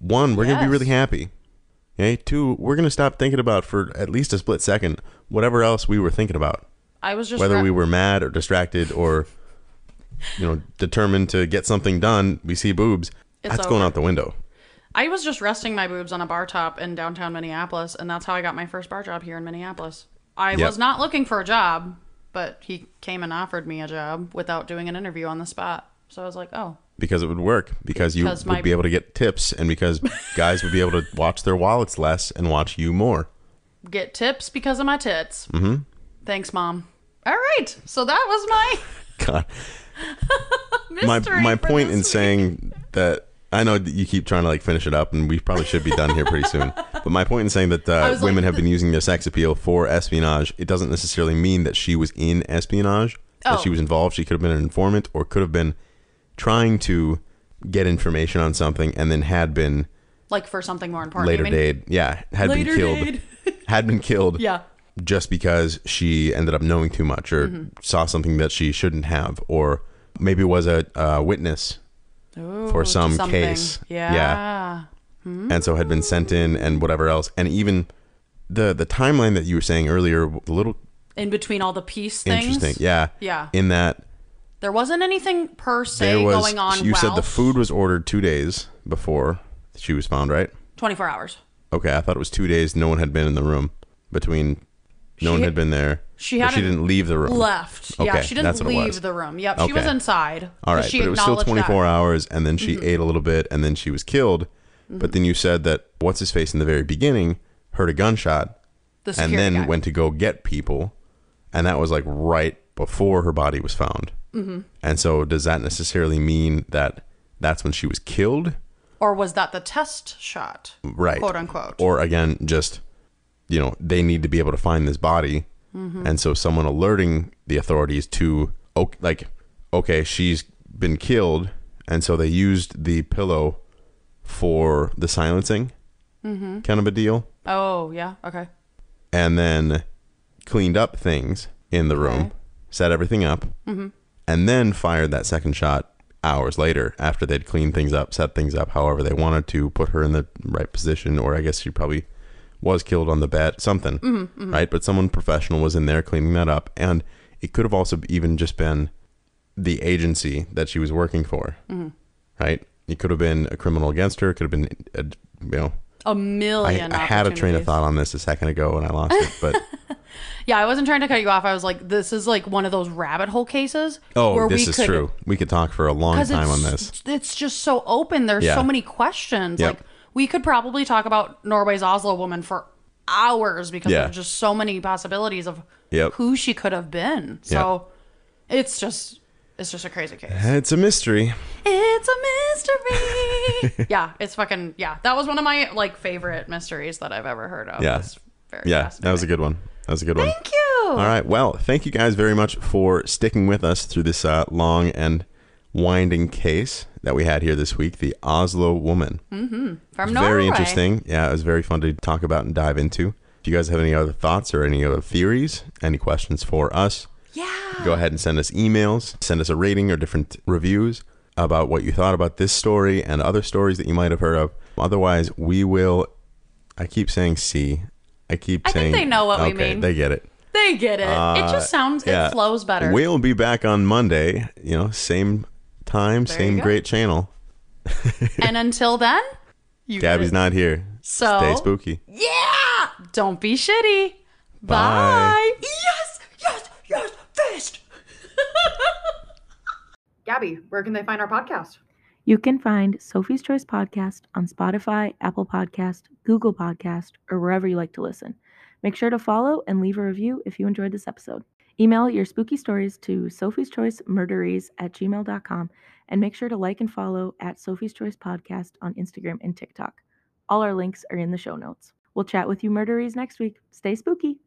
One, we're gonna be
Yes.
really happy. Okay. Two, we're gonna stop thinking about for at least a split second whatever else we were thinking about,
I was just
whether
ra-
we were mad or distracted or, you know, determined to get something done. We see boobs.
It's
that's going
over.
out the window.
I was just resting my boobs on a bar top in downtown Minneapolis, and that's how I got my first bar job here in Minneapolis. I
Yep.
was not looking for a job, but he came and offered me a job without doing an interview on the spot. So I was like, oh,
Because it would work. Because you
Because
would
my-
be able to get tips, and because guys would be able to watch their wallets less and watch you more.
get tips because of my tits. Mm-hmm. Thanks, mom. All right, so that was my
God, my
mystery
my
for
point
this
in
week.
saying that I know that you keep trying to like finish it up, and we probably should be done here pretty soon. But my point in saying that uh,
was like,
women have been using their sex appeal for espionage, it doesn't necessarily mean that she was in espionage, that
Oh.
she was involved. She could have been an informant, or could have been trying to get information on something, and then had been
like for something more important.
later
I mean,
dayed. Yeah, had
Later
been killed.
dayed.
had been killed.
Yeah.
Just because she ended up knowing too much or
Mm-hmm.
saw something that she shouldn't have, or maybe was a uh, witness for
to
some
something.
case.
Yeah.
And so had been sent in and whatever else. And even the the timeline that you were saying earlier, a little
In between all the peace things.
interesting. Yeah.
Yeah.
In that
There wasn't anything per se
there was,
going on.
you said the
while-
food was ordered two days before she was found, right?
24 hours.
Okay, I thought it was two days. No one had been in the room between. No one
She-
had been there.
she
but she
hadn't
didn't leave the room.
Left. yeah,
Okay,
she
that's
didn't
what it
leave
was.
the room. Yep, she
Okay.
was inside.
All right,
she
but it was still
acknowledged
24
that. Mm-hmm.
hours, and then she ate a little bit, and then she was killed. But then you said that what's his face in the very beginning heard a gunshot,
The
and
security
then
guy.
went to go get people, and that was like right before her body was found. Mm-hmm. And so, does that necessarily mean that that's when she was killed?
or was that the test shot?
right
Quote unquote.
or again just you know they need to be able to find this body and so someone alerting the authorities to o- like okay she's been killed and so they used the pillow for the silencing kind of a deal
oh, yeah. Okay.
and then cleaned up things in the room set everything up and then fired that second shot hours later after they'd cleaned things up, set things up however they wanted to, put her in the right position, or I guess she probably was killed on the bed, something, right? But someone professional was in there cleaning that up. And it could have also even just been the agency that she was working for, right? It could have been a criminal against her, it could have been, a, you know,
A
I,
million.
I had a train of
opportunities.
thought on this a second ago and I lost it, but
Yeah, I wasn't trying to cut you off. I was like, this is like one of those rabbit hole cases.
Oh, this
we
is
could-
true. We could talk for a long
'cause
time on
it's-
this.
It's just so open. There's
Yeah.
so many questions.
Yep.
Like we could probably talk about Norway's Oslo woman for hours because
Yeah.
there's just so many possibilities of
Yep.
who she could have been. So it's just it's just a crazy case.
It's a mystery.
It's a mystery. yeah, it's fucking yeah. That was one of my like favorite mysteries that I've ever heard of.
Yeah.
It's very
Yeah, that was a
fascinating.
good one. That was a good one.
Thank you.
All right. Well, thank you guys very much for sticking with us through this uh, long and winding case that we had here this week the Oslo woman.
From Mm-hmm. Norway.
very interesting. Yeah, it was very fun to talk about and dive into. If you guys have any other thoughts or any other theories, any questions for us,
Yeah.
go ahead and send us emails, send us a rating or different reviews about what you thought about this story and other stories that you might have heard of. Otherwise, we will. I keep saying see. I keep
I think
saying.
they know what we
okay,
mean.
They get it.
They get it. it just sounds
Uh, Yeah.
it flows better.
We'll be back on Monday. You know, same time, same
you go.
great channel.
and until then, you
Gabby's not here.
So-
stay spooky.
Yeah! Don't be shitty. Bye.
Bye.
Yes, yes, yes, fist. Gabby, where can they find our podcast?
You can find Sophie's Choice Podcast on Spotify, Apple Podcast, Google Podcast, or wherever you like to listen. Make sure to follow and leave a review if you enjoyed this episode. Email your spooky stories to Sophie's Choice Murderies at gmail.com and make sure to like and follow at Sophie's Choice Podcast on Instagram and TikTok. All our links are in the show notes. We'll chat with you murderies next week. Stay spooky.